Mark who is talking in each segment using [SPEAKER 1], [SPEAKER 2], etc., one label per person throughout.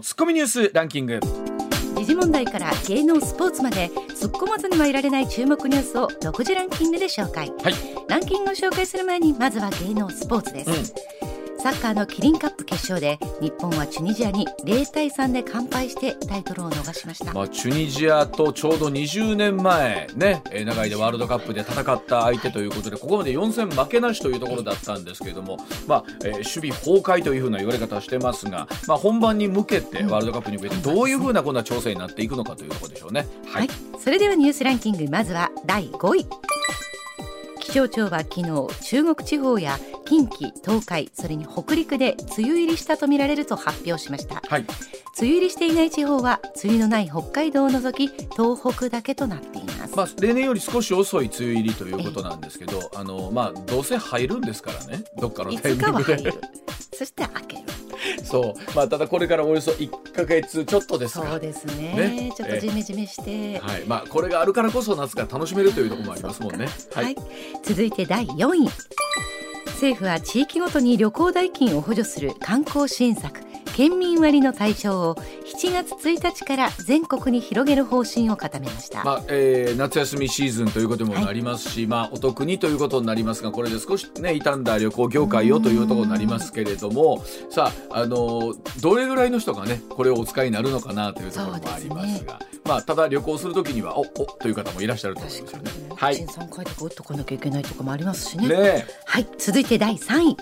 [SPEAKER 1] ツッコミニュースランキング
[SPEAKER 2] 時事問題から芸能スポーツまで突っ込まずにはいられない注目ニュースを独自ランキングで紹介、
[SPEAKER 1] はい
[SPEAKER 2] ランキングを紹介する前にまずは芸能スポーツです、サッカーのキリンカップ決勝で日本はチュニジアに0対3で完敗してタイトルを逃しました、
[SPEAKER 1] まあ、チュニジアとちょうど20年前、ね、えー長いでワールドカップで戦った相手ということでここまで4戦負けなしというところだったんですけれども、まあえー守備崩壊というふうな言われ方をしてますが、まあ、本番に向けてワールドカップに向けてどういうふうなこんな調整になっていくのかというところでしょうね。
[SPEAKER 2] はい、それではニュースランキングまずは第5位気象庁は昨日中国地方や近畿東海それに北陸で梅雨入りしたとみられると発表しました
[SPEAKER 1] はい
[SPEAKER 2] 梅雨入りしていない地方は梅雨のない北海道を除き東北だけとなっています、
[SPEAKER 1] まあ、例年より少し遅い梅雨入りということなんですけど、あのまあ、どうせ入るんですからね、どっかの
[SPEAKER 2] い
[SPEAKER 1] タイ
[SPEAKER 2] つ
[SPEAKER 1] ミ
[SPEAKER 2] か
[SPEAKER 1] ン
[SPEAKER 2] は
[SPEAKER 1] グ
[SPEAKER 2] 入
[SPEAKER 1] で。
[SPEAKER 2] るそして開ける
[SPEAKER 1] そうまあ、ただこれからおよそ1か月ちょっとですか
[SPEAKER 2] そうですね
[SPEAKER 1] ね
[SPEAKER 2] ちょっとジメジメして、
[SPEAKER 1] はいまあ、これがあるからこそ夏が楽しめるというところもありますもんね。
[SPEAKER 2] あーそうかはい、続いて第4位政府は地域ごとに旅行代金を補助する観光支援策県民割の対象を7月1日から全国に広げる方針を固めました、
[SPEAKER 1] まあえー夏休みシーズンということにもなりますし、まあ、お得にということになりますがこれで少し、ね、傷んだ旅行業界をというところになりますけれどもさあ、あのーどれぐらいの人が、ね、これをお使いになるのかなというところもありますがまあ、ただ旅行するときにはおおという方もいらっしゃると思いますよね。は
[SPEAKER 2] ワ
[SPEAKER 1] い
[SPEAKER 2] クチン3回とか打っとかなきゃいけないとかもありますしね
[SPEAKER 1] ね
[SPEAKER 2] はい続いて第3位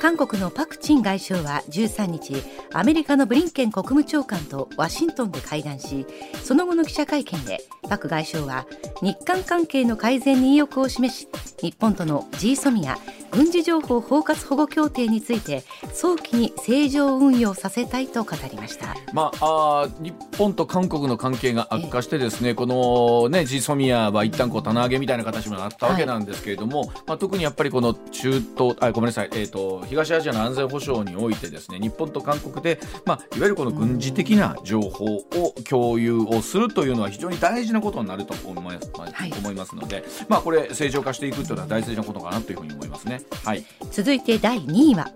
[SPEAKER 2] 韓国のパク・チン外相は13日アメリカのブリンケン国務長官とワシントンで会談しその後の記者会見でパク外相は日韓関係の改善に意欲を示し日本との GSOM や軍事情報包括保護協定について早期に正常運用させたいと語りました。
[SPEAKER 1] まあ、あー日本と韓国の関係が悪化してですね、この、ね、ジーソミアは一旦こう棚上げみたいな形にもなったわけなんですけれども、まあ、特にやっぱりこの中東あごめんなさい、えー、と東アジアの安全保障においてですね日本と韓国で、まあ、いわゆるこの軍事的な情報を共有をするというのは非常に大事なことになると思います,、
[SPEAKER 2] はい
[SPEAKER 1] 思いますので、まあ、これ正常化していくというのは大事なことかなというふうに思いますね。はい、
[SPEAKER 2] 続いて第2位は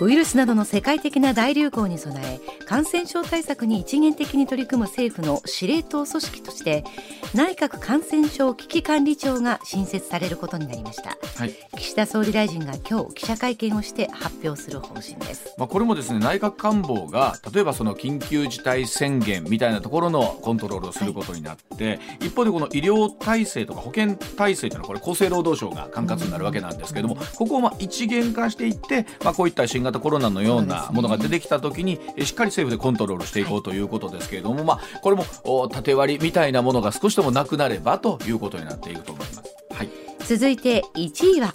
[SPEAKER 2] ウイルスなどの世界的な大流行に備え感染症対策に一元的に取り組む政府の司令塔組織として内閣感染症危機管理庁が新設されることになりました
[SPEAKER 1] はい
[SPEAKER 2] 岸田総理大臣が今日記者会見をして発表する方針です
[SPEAKER 1] まあ、これもですね内閣官房が例えばその緊急事態宣言みたいなところのコントロールをすることになって、一方でこの医療体制とか保健体制というのはこれ厚生労働省が管轄になるわけなんですけども、ここをまあ一元化していって、まあ、こういった新型コロナのよう
[SPEAKER 2] そうです
[SPEAKER 1] な
[SPEAKER 2] ね
[SPEAKER 1] ものが出てきたときに、えしっかり政府でコントロールしていこうということですけれども、まあ、これもお縦割りみたいなものが少しでもなくなればということになっていくと思います。はい
[SPEAKER 2] 続いて1位は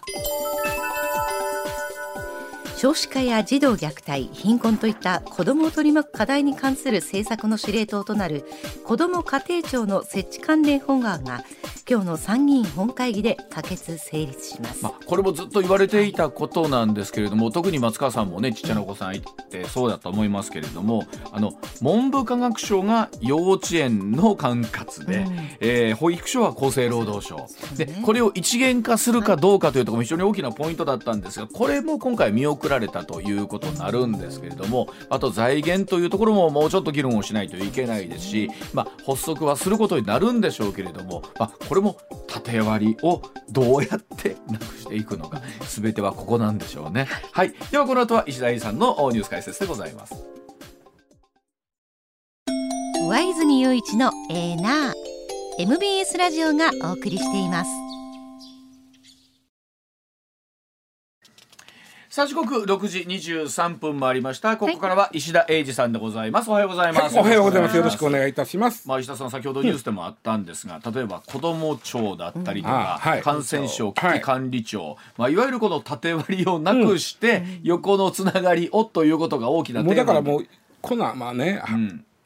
[SPEAKER 2] 少子化や児童虐待貧困といった子どもを取り巻く課題に関する政策の司令塔となる子ども家庭庁の設置関連本案が今日の参議院本会議で可決成立します、
[SPEAKER 1] まあ、これもずっと言われていたことなんですけれども、特に松川さんもねちっちゃなお子さんいてそうだと思いますけれどもあの文部科学省が幼稚園の管轄で、
[SPEAKER 2] うん
[SPEAKER 1] えー保育所は厚生労働省
[SPEAKER 2] そう
[SPEAKER 1] で、
[SPEAKER 2] ね
[SPEAKER 1] これを一元化するかどうかというところも非常に大きなポイントだったんですがこれも今回見送られたということになるんですけれどもあと財源というところももうちょっと議論をしないといけないですし、まあ、発足はすることになるんでしょうけれども、まあ、これも縦割りをどうやってなくしていくのか全てはここなんでしょうね。はい、ではこの後は石田英さんのおニュース解説でございます。
[SPEAKER 2] 上泉雄一のエーナー MBS ラジオがお送りしています
[SPEAKER 1] さあ時刻6時23分もありました。ここからは石田英二さんでございます。おはようございます。
[SPEAKER 3] おはようございます。よろしくお
[SPEAKER 1] いし
[SPEAKER 3] 願いいたします。
[SPEAKER 1] まあ、石田さん先ほどニュースでもあったんですが、例えば子ども庁だったりと
[SPEAKER 3] うんあ
[SPEAKER 1] か、
[SPEAKER 3] はい
[SPEAKER 1] 感染症危
[SPEAKER 3] は
[SPEAKER 1] 機
[SPEAKER 3] い
[SPEAKER 1] 管理庁、いまあ、いわゆるこの縦割りをなくして、横のつながりをということが大きなテ
[SPEAKER 3] もう
[SPEAKER 1] ーマ
[SPEAKER 3] だから
[SPEAKER 1] う
[SPEAKER 3] もう、このまあね、あ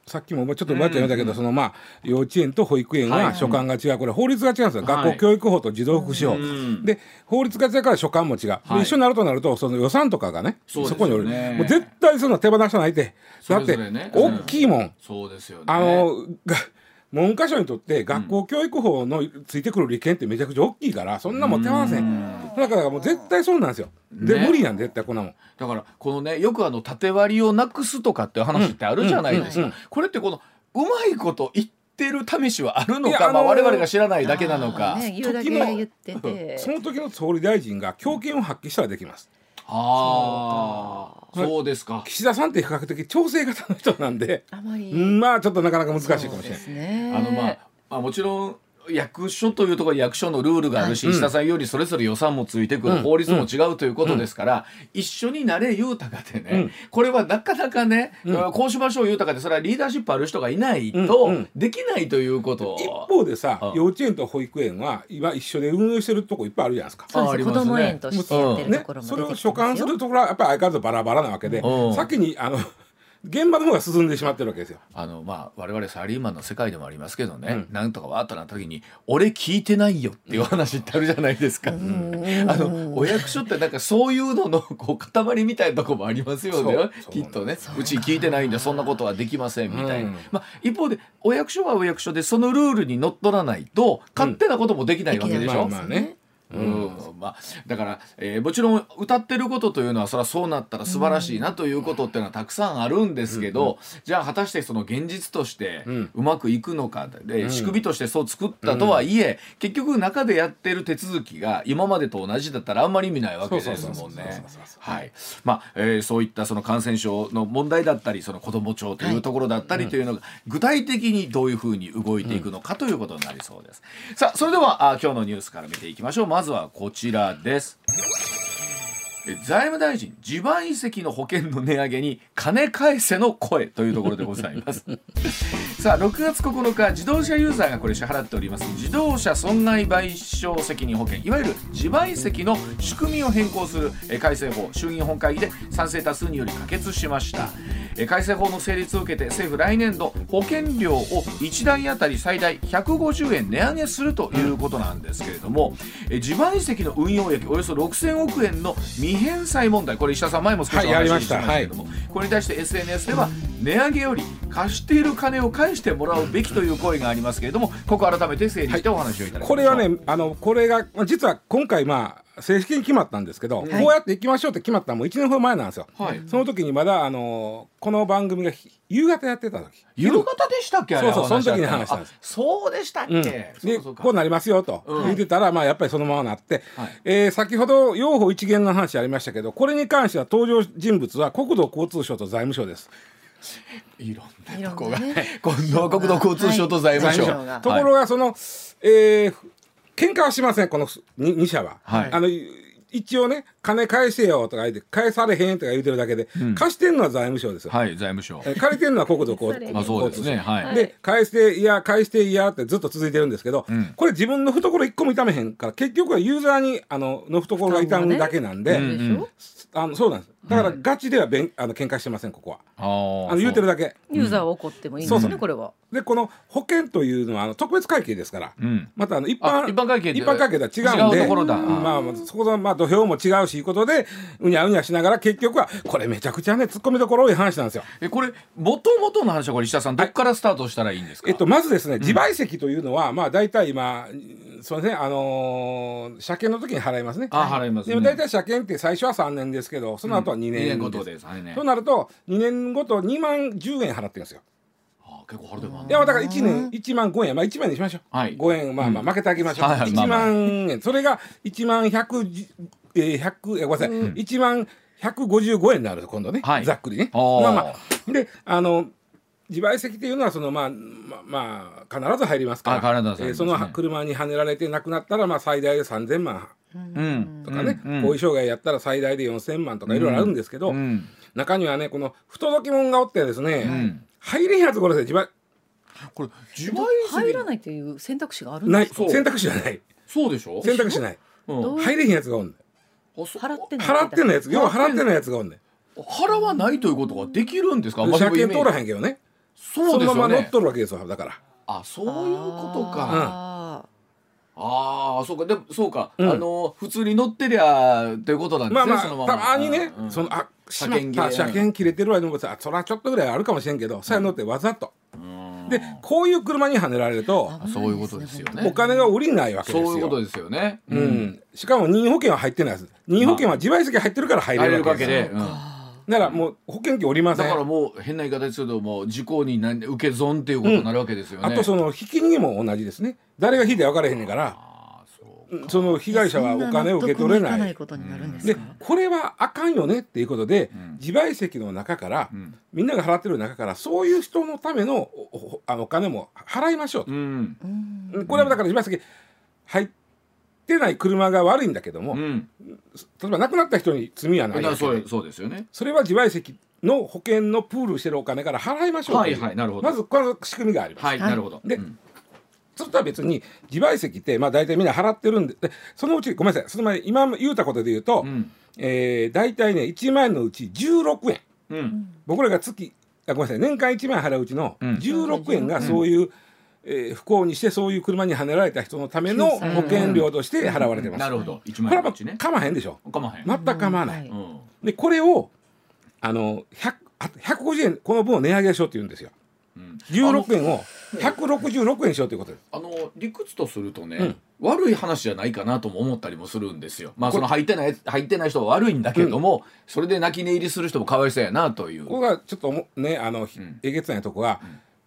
[SPEAKER 3] さっきもちょっと前っちゃいましたけど、そのまあ、幼稚園と保育園
[SPEAKER 1] はい
[SPEAKER 3] は所管が違う、これ法律が違うんですよ。
[SPEAKER 1] はい
[SPEAKER 3] 学校教育法と児童福祉法。
[SPEAKER 1] ん
[SPEAKER 3] で、法律が違うから所管も違う。で
[SPEAKER 1] はい
[SPEAKER 3] 一緒になるとなると、その予算とかがね、
[SPEAKER 1] そう
[SPEAKER 3] そ
[SPEAKER 1] ですよね
[SPEAKER 3] こにおる。もう絶対その手放さないで。
[SPEAKER 1] そ
[SPEAKER 3] だ
[SPEAKER 1] れ
[SPEAKER 3] っ
[SPEAKER 1] ぞ
[SPEAKER 3] て
[SPEAKER 1] れね、
[SPEAKER 3] 大きいもん。
[SPEAKER 1] そうですよね。
[SPEAKER 3] あの、が文科省にとって学校教育法のついてくる利権ってめちゃくちゃ大きいからそんなもん手放せんだからもう絶対そうなんですよで、
[SPEAKER 1] ね
[SPEAKER 3] 無理やん絶対こんなもん
[SPEAKER 1] だからこのねよくあの縦割りをなくすとかっていう話ってあるじゃないです
[SPEAKER 3] うんうん
[SPEAKER 1] か。これってこのうまいこと言ってる試しはあるの
[SPEAKER 3] いや
[SPEAKER 1] か、
[SPEAKER 3] あの
[SPEAKER 1] まあ我々が知らないだけなの
[SPEAKER 2] あ
[SPEAKER 1] か
[SPEAKER 2] ー。ね、言うだけ言ってて
[SPEAKER 3] その時の総理大臣が強権を発揮したらできます
[SPEAKER 1] ああ、そうですか。
[SPEAKER 3] 岸田さんって比較的調整型の人なんで
[SPEAKER 2] あまり
[SPEAKER 3] うんまあちょっとなかなか難しいかもしれない
[SPEAKER 2] そうですね
[SPEAKER 1] あのまあ、まあ、もちろん役所というところに役所のルールがあるし、石田さんよりそれぞれ予算もついてくる、
[SPEAKER 3] うん
[SPEAKER 1] 法律も違うということですから、一緒になれ言うたかでね、
[SPEAKER 3] うん
[SPEAKER 1] これはなかなかね、
[SPEAKER 3] うん
[SPEAKER 1] こうしましょう言うたかでそれはリーダーシップある人がいないと、
[SPEAKER 3] うんうん
[SPEAKER 1] できないということ
[SPEAKER 3] 一方でさ、
[SPEAKER 1] うん
[SPEAKER 3] 幼稚園と保育園は今一緒で運営してるとこいっぱいあるじゃないですか。
[SPEAKER 2] そう
[SPEAKER 1] ああ
[SPEAKER 2] で
[SPEAKER 1] り
[SPEAKER 2] すね
[SPEAKER 1] ますね
[SPEAKER 2] 子供園としてやってると
[SPEAKER 3] ね
[SPEAKER 2] ころ、も
[SPEAKER 3] そ
[SPEAKER 2] 出
[SPEAKER 3] れ
[SPEAKER 2] て
[SPEAKER 3] を
[SPEAKER 2] きて
[SPEAKER 3] 所
[SPEAKER 2] ま
[SPEAKER 3] 管
[SPEAKER 2] す
[SPEAKER 3] す
[SPEAKER 2] よ、
[SPEAKER 3] るところはやっぱり相変わらずバラバラなわけで、
[SPEAKER 1] うん
[SPEAKER 3] 先にあの現場の方が進んでしまってるわけですよ。
[SPEAKER 1] あのまあ我々サラリーマンの世界でもありますけどね、
[SPEAKER 3] う
[SPEAKER 1] なんとかわーっとなった時に「俺聞いてないよ」っていう話ってあるじゃないですか。あのお役所ってなんかそういうののこう塊みたいなとこもありますよね
[SPEAKER 3] そう
[SPEAKER 1] きっとねうち聞いてないんでそんなことはできませんみたいな、
[SPEAKER 3] うん
[SPEAKER 1] まあ、一方でお役所はお役所でそのルールにのっとらないと勝手なこともできないわけでしょ。
[SPEAKER 3] まあまあね。
[SPEAKER 1] うんまあ、だから、えーもちろん歌ってることというのはそれはそうなったら素晴らしいなということっていうのはたくさんあるんですけど、じゃあ果たしてその現実として
[SPEAKER 3] ん
[SPEAKER 1] うまくいくのか、で仕組みとしてそう作ったとはいえ、結局中でやってる手続きが今までと同じだったらあんまり意味ないわけです
[SPEAKER 3] そ
[SPEAKER 1] も
[SPEAKER 3] うそうそうんそうそう
[SPEAKER 1] ね
[SPEAKER 3] そうそ。う
[SPEAKER 1] はいまあえーそういったその感染症の問題だったりその子ども庁というところだったりというのが具体的にどういうふうに動いていくのかということになりそうです。さあそれではあ今日のニュースから見ていきましょうまずはこちらです。え財務大臣地盤遺跡の保険の値上げに金返せの声というところでございます。さあ6月9日自動車ユーザーがこれ支払っております自動車損害賠償責任保険いわゆる自賠責の仕組みを変更するえー改正法衆議院本会議で賛成多数により可決しましたえー改正法の成立を受けて政府来年度保険料を1台当たり最大150円値上げするということなんですけれどもえー自賠責の運用益およそ6000億円の未返済問題これ石田さん前も少しお話し
[SPEAKER 3] はいやり
[SPEAKER 1] し
[SPEAKER 3] ま
[SPEAKER 1] ま
[SPEAKER 3] し
[SPEAKER 1] したたけれども、これに対して SNS では値上げより貸している金を返してもらうべきという声がありますけれどもここ改めて整理してお話をいただきましょう
[SPEAKER 3] これはねあのこれがまあ実は今回まあ正式に決まったんですけど、こうやっていきましょうって決まったのも1年ほど前なんですよ。
[SPEAKER 1] はい
[SPEAKER 3] その時にまだあのこの番組がひ夕方やってた時。
[SPEAKER 1] 夕方でしたっけあれ
[SPEAKER 3] そうそう
[SPEAKER 1] お話あった
[SPEAKER 3] その時に話したんです
[SPEAKER 1] あそうでしたっけ、
[SPEAKER 3] うん
[SPEAKER 1] そう
[SPEAKER 3] で
[SPEAKER 1] かそうか
[SPEAKER 3] こうなりますよと
[SPEAKER 1] うん
[SPEAKER 3] 言ってたら、まあやっぱりそのままなって、
[SPEAKER 1] はい
[SPEAKER 3] えー先ほど用法一元の話ありましたけどこれに関しては登場人物は国土交通省と財務省です。
[SPEAKER 1] いろんなとこ
[SPEAKER 2] い
[SPEAKER 1] が、
[SPEAKER 2] ろんなね
[SPEAKER 1] 今度は国土交通省と財務省、
[SPEAKER 2] 財務省が
[SPEAKER 3] ところがその、えー喧嘩はしませんこのに2社は、
[SPEAKER 1] はい
[SPEAKER 3] あのい一応ね金返せよとか言って返されへんとか言ってるだけで、貸してんのは財務省ですよ、
[SPEAKER 1] はい、財務省
[SPEAKER 3] えー借りてんのは国土交
[SPEAKER 2] それ
[SPEAKER 3] 通
[SPEAKER 1] まあそうですねはい、
[SPEAKER 3] で返していや返していやってずっと続いてるんですけど、
[SPEAKER 1] ん
[SPEAKER 3] これ自分の懐一個も痛めへんから結局はユーザーにあのの懐が痛むだけなんで、
[SPEAKER 2] そうでしょ
[SPEAKER 3] あのそうなんですだからガチではべんあの喧嘩してませんここは
[SPEAKER 1] あー
[SPEAKER 3] あの言うてるだけ
[SPEAKER 2] ユーザーは怒ってもいいんです
[SPEAKER 3] そ
[SPEAKER 2] ね、
[SPEAKER 3] うそう
[SPEAKER 2] これは。
[SPEAKER 3] でこの保険というのはあの特別会計ですから、
[SPEAKER 1] ん
[SPEAKER 3] またあの一
[SPEAKER 1] あ
[SPEAKER 3] 般
[SPEAKER 1] 一般会計で
[SPEAKER 3] 一般会計とは違うんで
[SPEAKER 1] 違うところだ
[SPEAKER 3] うんまあ、まあそこのまあ土俵も違うしいうことでうにゃうにゃしながら結局はこれめちゃくちゃね突っ込みどころ多い話なんですよ。
[SPEAKER 1] えこれ元々の話はこれ石田さんどっからスタートしたらいいんですか、
[SPEAKER 3] えっと、まずですね、自賠責というのは、まあ、大体今、そうですね、あのー車検の時に払いますね。
[SPEAKER 1] あ払いますね
[SPEAKER 3] でも大体車検って最初は3年ですけど、その後は2
[SPEAKER 1] 二
[SPEAKER 3] 年
[SPEAKER 1] 年ご
[SPEAKER 3] 後です。
[SPEAKER 1] とですはいね
[SPEAKER 3] となると、2年ごと2万10円払ってるんですよ。
[SPEAKER 1] あー結構ハルデマン
[SPEAKER 3] いや、まあだから1年、1万5円、まあ1万にしましょう。
[SPEAKER 1] はい
[SPEAKER 3] 5円、まあまあ負けてあげましょう。
[SPEAKER 1] はいはいま
[SPEAKER 3] 1
[SPEAKER 1] あまあ
[SPEAKER 3] 万円、それが1万100、えー、100、えーごめんなさい、1万155円になると、今度ね、
[SPEAKER 1] はい
[SPEAKER 3] ざっくりね。
[SPEAKER 1] あー
[SPEAKER 3] まあまあ。で、あの、自賠責というのはその、まあ、まあ、まあ、必ず入りますから、
[SPEAKER 1] あ必ず入りますね
[SPEAKER 3] えーその車にはねられて亡くなったら、まあ、最大で3000万
[SPEAKER 1] うん
[SPEAKER 3] とかね、
[SPEAKER 1] うんうん
[SPEAKER 3] 後遺障害やったら最大で4000万とかいろいろあるんですけど、
[SPEAKER 1] うん
[SPEAKER 3] 中にはね、この不届き者がおってですね、
[SPEAKER 1] ん
[SPEAKER 3] 入れへんやつこれですよ、自賠
[SPEAKER 1] これ自賠責
[SPEAKER 2] 入らないという選択肢があるん
[SPEAKER 3] ない
[SPEAKER 2] です
[SPEAKER 1] そう
[SPEAKER 3] 選択肢はない
[SPEAKER 1] そうでしょ
[SPEAKER 3] 選択肢ない
[SPEAKER 1] うん
[SPEAKER 2] どう
[SPEAKER 3] 入れへんやつがおんねん
[SPEAKER 1] あそう
[SPEAKER 2] 払ってない
[SPEAKER 3] 払ってないやつ要は
[SPEAKER 1] 払っ
[SPEAKER 3] 払っててないやつがおんねん
[SPEAKER 1] 払わないということができるんですか。
[SPEAKER 3] 車検通ら
[SPEAKER 1] ん。
[SPEAKER 3] へんけどね
[SPEAKER 1] そうです
[SPEAKER 3] のま
[SPEAKER 1] よ
[SPEAKER 3] ま乗っ
[SPEAKER 1] ね。
[SPEAKER 3] とるわけですよだから
[SPEAKER 1] あ、そういうこと
[SPEAKER 3] うん
[SPEAKER 1] か。
[SPEAKER 2] あ
[SPEAKER 1] ああ、そうか。でもそうか。あ
[SPEAKER 3] ん
[SPEAKER 1] の普通に乗ってりゃということなんで
[SPEAKER 3] ますあ
[SPEAKER 1] ね。
[SPEAKER 3] ま
[SPEAKER 1] その
[SPEAKER 3] あ
[SPEAKER 1] ま
[SPEAKER 3] た
[SPEAKER 1] ま。
[SPEAKER 3] まにね
[SPEAKER 1] うん
[SPEAKER 3] そのあしま
[SPEAKER 1] 車検切れ
[SPEAKER 3] った車検切れてるわでもさそらちょっとぐらいあるかもしれんけどさや乗ってわざと
[SPEAKER 1] うん
[SPEAKER 3] でこういう車にはねられると
[SPEAKER 2] あ
[SPEAKER 1] そういうことですよね
[SPEAKER 3] お金が下りないわけですよ
[SPEAKER 1] そういうことですよね。
[SPEAKER 3] う。ん、しかも任意保険は入ってないです任意保険は自賠責入ってるから入
[SPEAKER 1] 入
[SPEAKER 3] れ
[SPEAKER 1] れ
[SPEAKER 3] る
[SPEAKER 1] る
[SPEAKER 3] わ
[SPEAKER 1] わ
[SPEAKER 3] け
[SPEAKER 1] け
[SPEAKER 3] です
[SPEAKER 1] で。うん
[SPEAKER 3] だからもう保険金おりませ
[SPEAKER 1] だ
[SPEAKER 3] ん
[SPEAKER 1] からもう変な言い方ですけども事故に何受け損っていうことになるわけですよね。
[SPEAKER 3] あとそのひき逃げも同じですね誰が引いて分からへんねんから
[SPEAKER 1] あーそう
[SPEAKER 3] その被害者はお金を受け取れ
[SPEAKER 2] そん納得のか
[SPEAKER 3] な
[SPEAKER 2] ない
[SPEAKER 3] い
[SPEAKER 2] ことになるんです
[SPEAKER 3] で
[SPEAKER 2] か。
[SPEAKER 3] これはあかんよねっていうことで、
[SPEAKER 1] うん
[SPEAKER 3] 自賠責の中から、
[SPEAKER 1] うん
[SPEAKER 3] みんなが払ってる中からそういう人のためのおおあのお金も払いましょうと
[SPEAKER 1] う、ん
[SPEAKER 2] うん
[SPEAKER 3] これはだから自賠責入ってない車が悪いんだけども、
[SPEAKER 1] うん。
[SPEAKER 3] 例えば亡くなった人に罪はな
[SPEAKER 1] だか
[SPEAKER 3] い
[SPEAKER 1] ら
[SPEAKER 3] わけ
[SPEAKER 1] そ
[SPEAKER 3] で
[SPEAKER 1] うそうですよね。
[SPEAKER 3] それは自賠責の保険のプールしてるお金から払いましょうと
[SPEAKER 1] は
[SPEAKER 3] いう
[SPEAKER 1] いはいなるほど。
[SPEAKER 3] まずこの仕組みがあります。
[SPEAKER 1] はいなるほど。
[SPEAKER 3] で
[SPEAKER 1] うん
[SPEAKER 3] それとは別に自賠責ってまあ大体みんな払ってるんででそのうちごめんなさいその前に今言うたことで言うと、
[SPEAKER 1] うん
[SPEAKER 3] えー、大体ね1万円のうち16円
[SPEAKER 1] うん
[SPEAKER 3] 僕らが月あごめんなさい年間1万円払ううちの
[SPEAKER 1] うん
[SPEAKER 3] 16円がそういう、えー不幸にしてそういう車にはねられた人のための
[SPEAKER 2] 救済
[SPEAKER 3] 保険料として払われてます。
[SPEAKER 1] なるほど一
[SPEAKER 3] これ
[SPEAKER 1] 枚の
[SPEAKER 3] はも
[SPEAKER 1] う
[SPEAKER 3] う
[SPEAKER 1] ちね。
[SPEAKER 3] かまへんでしょ
[SPEAKER 1] かまへん。
[SPEAKER 3] 全く構わない。
[SPEAKER 2] うん
[SPEAKER 1] うん
[SPEAKER 3] でこれをあの100あ150円この分を値上げしようって言うんですよ。
[SPEAKER 1] うん
[SPEAKER 3] 16円を166円にしようということです。
[SPEAKER 1] あの理屈とするとね、悪い話じゃないかなとも思ったりもするんですよ。まあその入ってない入ってない人は悪いんだけども、それで泣き寝入りする人もかわいそうやなという。
[SPEAKER 3] ここがちょっともねあの、ひ
[SPEAKER 1] ん
[SPEAKER 3] えげつないとこは、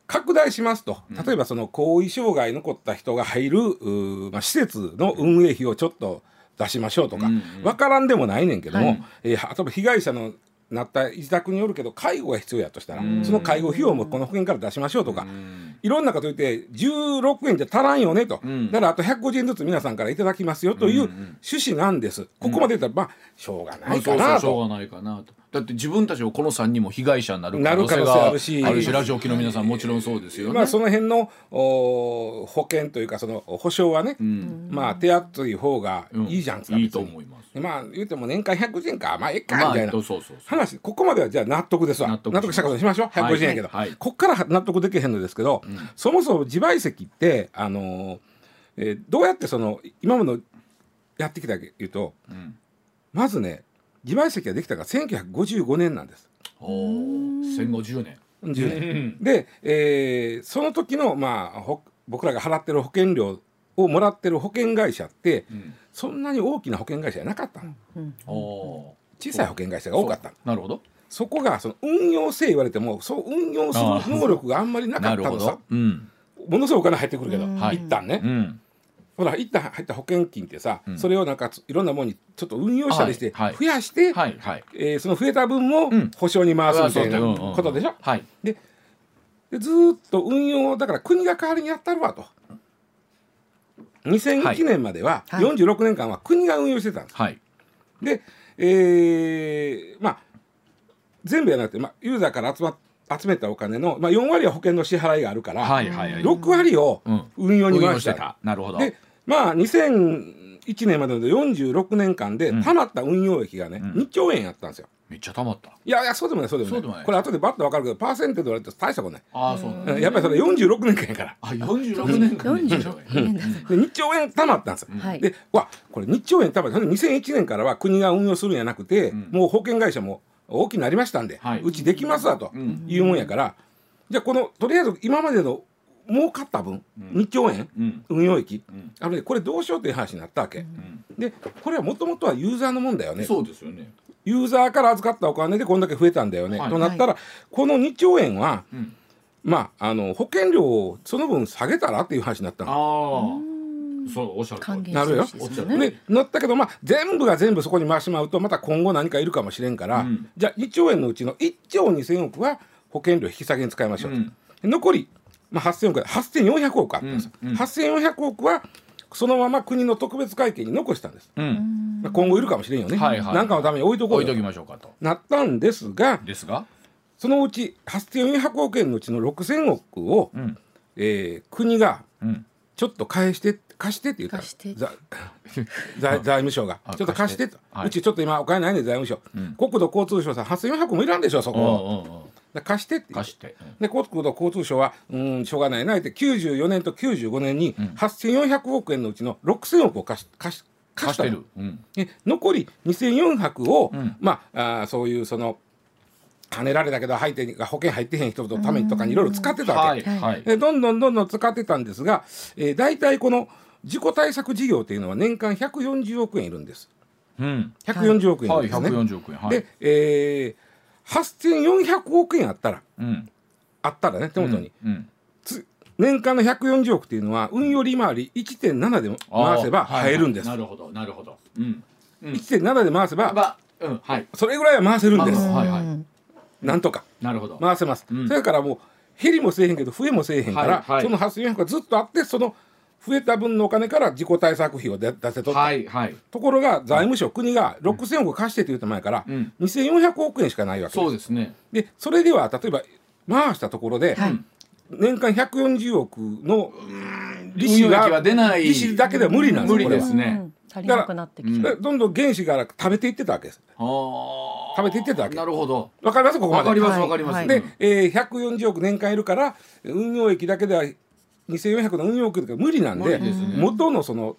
[SPEAKER 3] 拡大しますと例えばその後遺障害残った人が入る、うーまあ、施設の運営費をちょっと出しましょうとか、わ
[SPEAKER 1] うん
[SPEAKER 3] からんでもないねんけども、
[SPEAKER 1] はい
[SPEAKER 3] えー例えば被害者のなった自宅によるけど介護が必要やとしたら、
[SPEAKER 1] ん
[SPEAKER 3] その介護費用もこの保険から出しましょうとか、
[SPEAKER 1] うん
[SPEAKER 3] いろんなこと言って16円じゃ足らんよねと、
[SPEAKER 1] うん
[SPEAKER 3] だからあと150円ずつ皆さんからいただきますよという趣旨なんです、ここまで言ったらまあしょうがない
[SPEAKER 1] まあそうそう
[SPEAKER 3] かな
[SPEAKER 1] しょ
[SPEAKER 3] と
[SPEAKER 1] うがないかなとだって自分たちをこの3人も被害者になる
[SPEAKER 3] な
[SPEAKER 1] 可
[SPEAKER 3] る
[SPEAKER 1] 能
[SPEAKER 3] 可
[SPEAKER 1] 性
[SPEAKER 3] 能性
[SPEAKER 1] が
[SPEAKER 3] あるし
[SPEAKER 1] ラジオ機の皆さんもちろんそうですよね、
[SPEAKER 3] まあその辺のお保険というかその保証はね、まあ手厚い方が
[SPEAKER 1] うん
[SPEAKER 3] いいじゃんすか、
[SPEAKER 1] いい
[SPEAKER 3] 別
[SPEAKER 1] と
[SPEAKER 3] に
[SPEAKER 1] 思います
[SPEAKER 3] でまあ言うても年間150円かまあええか
[SPEAKER 1] ま
[SPEAKER 3] み
[SPEAKER 1] あ
[SPEAKER 3] た
[SPEAKER 1] え
[SPEAKER 3] い
[SPEAKER 1] っ
[SPEAKER 3] な、
[SPEAKER 1] とそうそうそう
[SPEAKER 3] 話ここまではじゃあ納得ですわ
[SPEAKER 1] 納
[SPEAKER 3] 納
[SPEAKER 1] 得しま
[SPEAKER 3] 得
[SPEAKER 1] す
[SPEAKER 3] したことにしましょう150円やけど、
[SPEAKER 1] はいはい
[SPEAKER 3] こっから納得できへんのですけど、そもそも自賠責ってあのーえーどうやってその今までのやってきたかいうと
[SPEAKER 1] うん
[SPEAKER 3] まずね自賠責ができたのが1955年なんです
[SPEAKER 1] おー戦後10年
[SPEAKER 3] 10年。で、えーその時の、まあ、ほ僕らが払ってる保険料をもらってる保険会社って、
[SPEAKER 1] うん
[SPEAKER 3] そんなに大きな保険会社じゃなかったの
[SPEAKER 1] おー
[SPEAKER 3] 小さい保険会社が多かったの
[SPEAKER 1] なるほど
[SPEAKER 3] そこがその運用性言われてもそう運用す
[SPEAKER 1] あー
[SPEAKER 3] る能力があんまりなか
[SPEAKER 1] な
[SPEAKER 3] っ
[SPEAKER 1] る
[SPEAKER 3] た
[SPEAKER 1] ほ
[SPEAKER 3] のさ
[SPEAKER 1] どうん
[SPEAKER 3] ものすごいお金入ってくるけど、
[SPEAKER 2] うん
[SPEAKER 1] はい
[SPEAKER 3] 一旦ね、
[SPEAKER 1] うん
[SPEAKER 3] ほら一旦入った保険金ってさ、
[SPEAKER 1] ん
[SPEAKER 3] それをなんかいろんなものにちょっと運用したりして、
[SPEAKER 1] はいはい
[SPEAKER 3] 増やして、
[SPEAKER 1] はいはい
[SPEAKER 3] えーその増えた分も
[SPEAKER 1] うん
[SPEAKER 3] 保証に回すみたいな
[SPEAKER 1] うんうんうん
[SPEAKER 3] ことでしょ、
[SPEAKER 1] はい
[SPEAKER 3] でずーっと運用をだから国が代わりにやったるわと
[SPEAKER 1] はい
[SPEAKER 3] 2001年までは
[SPEAKER 2] はい
[SPEAKER 3] 46年間は国が運用してたんです、
[SPEAKER 1] はい
[SPEAKER 3] でえーまあ全部やらなくて、まあ、ユーザーから集,、ま、集めたお金の、まあ、4割は保険の支払いがあるから、
[SPEAKER 1] はいはいはい
[SPEAKER 3] 6割を
[SPEAKER 1] うん
[SPEAKER 3] 運用に
[SPEAKER 1] 運
[SPEAKER 3] 回
[SPEAKER 1] 用
[SPEAKER 3] し
[SPEAKER 1] してて
[SPEAKER 3] た
[SPEAKER 1] た、なるほど
[SPEAKER 3] でまあ2001年までの46年間で
[SPEAKER 1] ん
[SPEAKER 3] たまった運用益がね、2兆円やったんですよ
[SPEAKER 1] めっちゃ溜まった
[SPEAKER 3] いやいやそうでもないそうでも
[SPEAKER 1] そ
[SPEAKER 3] ない
[SPEAKER 1] うでもない
[SPEAKER 3] これ後でバッと分かるけどパーセンテで言われて大したことない、
[SPEAKER 1] ああそうなんだ
[SPEAKER 3] うんやっぱりそれ46年間やから
[SPEAKER 1] あ46年間
[SPEAKER 2] 四
[SPEAKER 1] で
[SPEAKER 2] 十六円だぞ。
[SPEAKER 3] で2兆円貯まったんですよ。
[SPEAKER 2] はい
[SPEAKER 3] でうわこれ2兆円貯まった2001年からは国が運用するんじゃなくて、
[SPEAKER 1] ん
[SPEAKER 3] もう保険会社も大きくなりましたんで、
[SPEAKER 1] はいう
[SPEAKER 3] ちできますわと
[SPEAKER 1] うん
[SPEAKER 3] いうもんやから、じゃあこのとりあえず今までの儲かった分、2兆円
[SPEAKER 1] うん
[SPEAKER 3] 運用益、
[SPEAKER 1] うん
[SPEAKER 3] あのねこれどうしようという話になったわけ、
[SPEAKER 1] ん
[SPEAKER 3] でこれはもともとはユーザーのもんだよね
[SPEAKER 1] そうですよね
[SPEAKER 3] ユーザーから預かったお金でこんだけ増えたんだよね、
[SPEAKER 1] はい
[SPEAKER 3] となったら、この2兆円は、
[SPEAKER 1] うん
[SPEAKER 3] まあ、あの保険料をその分下げたらっていう話になったの
[SPEAKER 1] あ。あそうおっしゃる通
[SPEAKER 2] 還
[SPEAKER 1] り
[SPEAKER 2] 元してほしいですよ
[SPEAKER 1] なるよ
[SPEAKER 2] ね。
[SPEAKER 3] で乗ったけど、まあ、全部が全部そこに回してしまうとまた今後何かいるかもしれんから、
[SPEAKER 1] うん
[SPEAKER 3] じゃあ2兆円のうちの1兆2000億は保険料引き下げに使いましょうと、
[SPEAKER 1] うん
[SPEAKER 3] 残り、まあ、8000億8400億あったんですよ、
[SPEAKER 1] うんうん
[SPEAKER 3] 8400億はそのまま国の特別会計に残したんです、
[SPEAKER 1] うん
[SPEAKER 3] まあ、今後いるかもしれんよね、
[SPEAKER 1] はいはい
[SPEAKER 3] なんかのために置いとこ
[SPEAKER 1] 置
[SPEAKER 3] う
[SPEAKER 1] い
[SPEAKER 3] よ
[SPEAKER 1] とき
[SPEAKER 3] と
[SPEAKER 1] ましょうかと
[SPEAKER 3] なったんですが
[SPEAKER 1] ですが
[SPEAKER 3] そのうち8400億円のうちの6000億を、
[SPEAKER 1] うん
[SPEAKER 3] えー国が
[SPEAKER 1] うん
[SPEAKER 3] ちょっと返して貸してって言ったら
[SPEAKER 2] 貸して
[SPEAKER 3] ざ 財財務省が
[SPEAKER 1] あ
[SPEAKER 3] ちょっと貸してと
[SPEAKER 1] 貸してはいう
[SPEAKER 3] ちちょっと今お金ないんで財務省、
[SPEAKER 1] ん
[SPEAKER 3] 国土交通省さん8400もいらんでしょそ
[SPEAKER 1] うん
[SPEAKER 3] こ
[SPEAKER 1] うんうん
[SPEAKER 3] だから貸してって言っ
[SPEAKER 1] 貸
[SPEAKER 3] て
[SPEAKER 1] してうん
[SPEAKER 3] で国土交通省はうーんしょうがないなって94年と95年に8400億円のうちの6000億を貸し貸し
[SPEAKER 1] 貸
[SPEAKER 3] 貸し
[SPEAKER 1] して
[SPEAKER 3] たの
[SPEAKER 1] るうん
[SPEAKER 3] で残り2400を、
[SPEAKER 1] ん
[SPEAKER 3] まああーそういうその跳ねられたけど入って保険入ってへん人のためにとかにいろいろ使ってたわ
[SPEAKER 1] は
[SPEAKER 3] け
[SPEAKER 1] いはい
[SPEAKER 3] でどんどんどんどん使ってたんですが、えー、大体この事故対策事業というのは年間140億円いるんです
[SPEAKER 1] うん
[SPEAKER 3] 140億円
[SPEAKER 1] は
[SPEAKER 3] いるん
[SPEAKER 1] い
[SPEAKER 3] ですね、
[SPEAKER 1] 140億円はい
[SPEAKER 3] で、えー、8400億円あったら
[SPEAKER 1] うん
[SPEAKER 3] あったらね手元に、
[SPEAKER 1] うん
[SPEAKER 3] つ年間の140億っていうのは運用利回り1.7で
[SPEAKER 1] あー
[SPEAKER 3] 回せば入るんです、
[SPEAKER 1] はいはいなるほどなるほどうんうん
[SPEAKER 3] 1.7で回せば
[SPEAKER 1] まあうんはい
[SPEAKER 3] それぐらいは回せるんです
[SPEAKER 1] あはいはい
[SPEAKER 2] うん
[SPEAKER 3] なんとか
[SPEAKER 1] なるほど
[SPEAKER 3] 回せます、
[SPEAKER 1] うん
[SPEAKER 3] それからもう減りもせえへんけど増えもせえへんから、
[SPEAKER 1] はいはい
[SPEAKER 3] その8400がずっとあってその増えた分のお金から自己対策費を出出せとった、
[SPEAKER 1] はいはい
[SPEAKER 3] ところが財務省国が6000億貸してと言った前から、
[SPEAKER 1] うん
[SPEAKER 3] 2400億円しかないわけ
[SPEAKER 1] そうですね
[SPEAKER 3] でそれでは例えば回したところで、
[SPEAKER 2] はい
[SPEAKER 3] 年間140億の利
[SPEAKER 1] 運
[SPEAKER 3] 子
[SPEAKER 1] 用益
[SPEAKER 3] が
[SPEAKER 1] は出ない
[SPEAKER 3] 利子だけでは無理なんです
[SPEAKER 1] 無理で
[SPEAKER 3] こ
[SPEAKER 1] すね。
[SPEAKER 2] 足りなくなってき
[SPEAKER 1] だ
[SPEAKER 2] て。
[SPEAKER 1] から
[SPEAKER 3] れはどんどん原資から食べていってたわけです
[SPEAKER 1] 食
[SPEAKER 3] 食べていってたわけ
[SPEAKER 1] なるほど
[SPEAKER 3] わかりますここま
[SPEAKER 1] わ
[SPEAKER 3] で
[SPEAKER 1] かります
[SPEAKER 2] はい
[SPEAKER 1] わかりま
[SPEAKER 2] は
[SPEAKER 1] す
[SPEAKER 2] い
[SPEAKER 3] で、えー、140億年間いるから運用益だけでは2400の運用益が無理なん
[SPEAKER 1] 無
[SPEAKER 3] で
[SPEAKER 1] 理ですね
[SPEAKER 3] 元のその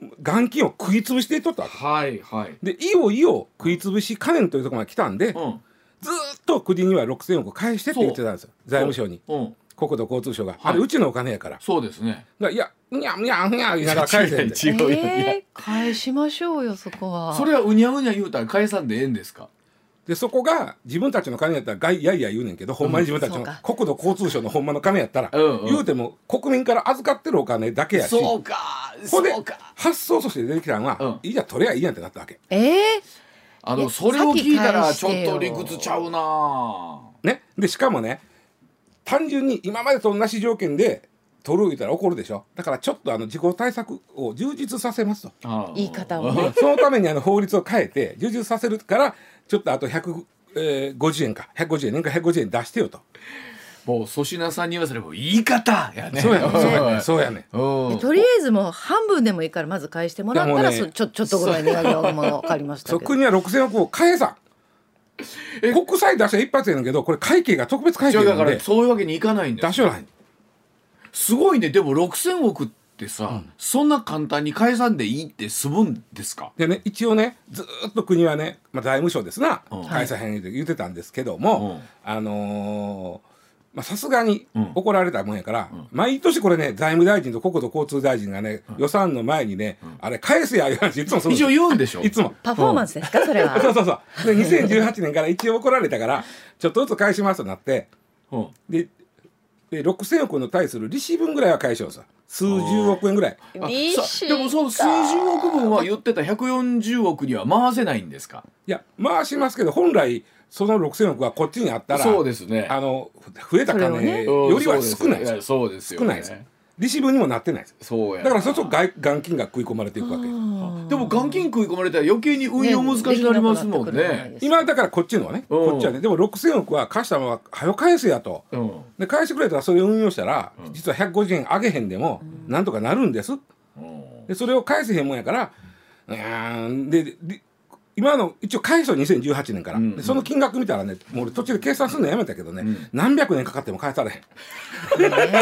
[SPEAKER 3] 元金を食い潰していっとったわけ
[SPEAKER 1] はいはい
[SPEAKER 3] でいよいよ食い潰しかねんというところまで来たん
[SPEAKER 1] う
[SPEAKER 3] で、
[SPEAKER 1] ん
[SPEAKER 3] ずーっと国には6000億返してって言ってたんですよ財務省に
[SPEAKER 1] うん
[SPEAKER 3] 国土交通省が、
[SPEAKER 1] はい
[SPEAKER 3] あれうちのお金やからだか
[SPEAKER 1] そうですね
[SPEAKER 3] らいやうにゃうにゃうにゃ言いながら返せんで
[SPEAKER 1] 違う違う違う
[SPEAKER 2] えー返しましょうよそこは。
[SPEAKER 1] それはうにゃうにゃ言うたら返さんでええんですか
[SPEAKER 3] でそこが自分たちの金やったらがいやいや言うねんけどほんまに自分たち
[SPEAKER 2] そう
[SPEAKER 3] の
[SPEAKER 2] か
[SPEAKER 3] 国土交通省のほんまの金やったら、
[SPEAKER 1] うんうん
[SPEAKER 3] 言うても国民から預かってるお金だけやし
[SPEAKER 1] そうか
[SPEAKER 3] これ
[SPEAKER 1] そうか
[SPEAKER 3] 発想として出てきたのは、
[SPEAKER 1] うん
[SPEAKER 3] いいじゃ取れやいいやんってなったわけ
[SPEAKER 2] え
[SPEAKER 1] あ
[SPEAKER 2] い
[SPEAKER 1] の
[SPEAKER 2] や
[SPEAKER 1] それを聞いたらち
[SPEAKER 2] さ
[SPEAKER 1] ょ
[SPEAKER 2] っき
[SPEAKER 1] っ
[SPEAKER 2] 返して
[SPEAKER 1] と
[SPEAKER 2] よ
[SPEAKER 1] 理屈ちゃうな
[SPEAKER 3] ねでしかもね単純に今までと同じ条件で取る言ったら怒るでしょだからちょっとあの自己対策を充実させます と
[SPEAKER 1] あー
[SPEAKER 2] 言い方をね
[SPEAKER 3] ねそのためにあの法律を変えて充実させるからちょっとあと150円か150円年間150円出してよと、
[SPEAKER 1] もう粗品さんに言わせれば言い方やね
[SPEAKER 3] そうやねんそうやねん
[SPEAKER 1] う
[SPEAKER 3] そうやねん
[SPEAKER 2] ー
[SPEAKER 1] ん
[SPEAKER 2] とりあえずもう半分でもいいからまず返してもらった
[SPEAKER 3] い
[SPEAKER 2] ら
[SPEAKER 3] やもう
[SPEAKER 2] そ
[SPEAKER 3] ね
[SPEAKER 2] ちょちょっとぐらい値上げのものを借りました
[SPEAKER 3] そ
[SPEAKER 2] け
[SPEAKER 3] こ
[SPEAKER 2] ど。
[SPEAKER 3] には6000億を返さ
[SPEAKER 1] え
[SPEAKER 3] ん国債出した一発やねんけどこれ会計が特別会
[SPEAKER 1] じゃ
[SPEAKER 3] 計
[SPEAKER 1] あだ
[SPEAKER 3] な
[SPEAKER 1] か
[SPEAKER 3] ん
[SPEAKER 1] ら
[SPEAKER 3] で
[SPEAKER 1] そういうわけにいかないんです
[SPEAKER 3] 出しよらへん
[SPEAKER 1] すごいねでも6,000億ってさ、そんな簡単に解散でいいって済むんですか
[SPEAKER 3] でね一応ねずーっと国はね、まあ、財務省ですな、
[SPEAKER 1] うん
[SPEAKER 3] 返さへんって言ってたんですけども、あのーまあさすがに
[SPEAKER 1] うん
[SPEAKER 3] 怒られたもんやから、毎年これね財務大臣と国土交通大臣がね、予算の前にね、あれ返せやいう話いつもするんで
[SPEAKER 1] 一
[SPEAKER 3] す
[SPEAKER 1] 応
[SPEAKER 3] よ
[SPEAKER 1] 言うんでしょ
[SPEAKER 3] いつも
[SPEAKER 2] パフォーマンスですかそれは。
[SPEAKER 3] そうそうそうで2018年から一応怒られたからちょっとずつ返しますとなって
[SPEAKER 1] うん
[SPEAKER 3] でで6000億の対する利子分ぐらいは返しようさ数十億円ぐらい
[SPEAKER 1] あ
[SPEAKER 2] 利
[SPEAKER 1] さ
[SPEAKER 2] 子
[SPEAKER 1] でもその数十億分は言ってた140億には回せないんですか
[SPEAKER 3] いや回しますけど本来その6000億はこっちにあったら
[SPEAKER 1] そうですね
[SPEAKER 3] あの増えた
[SPEAKER 2] それをね
[SPEAKER 3] 金よりは少ないです
[SPEAKER 1] やそうですよ、
[SPEAKER 3] 少
[SPEAKER 1] ね、
[SPEAKER 3] ないです利子分にもなってないです
[SPEAKER 1] そうや
[SPEAKER 3] だからそうすると外元金が食い込まれていくわけ
[SPEAKER 1] でも元金食い込まれたら余計に運用難しくなりますもんね
[SPEAKER 3] 今だからこっちのはね
[SPEAKER 1] うん
[SPEAKER 3] こっちはねでも6000億は貸したまま早よ返せやと
[SPEAKER 1] うん
[SPEAKER 3] で返してくれたらそれを運用したら実は150円上げへんでもなんとかなるんです
[SPEAKER 1] うん
[SPEAKER 3] でそれを返せへんもんやからうーんでり今の一応返すよ2018年から、
[SPEAKER 1] うん
[SPEAKER 3] でその金額見たらねもう俺途中で計算するのやめたけどね、
[SPEAKER 1] ん
[SPEAKER 3] 何百年かかっても返されへん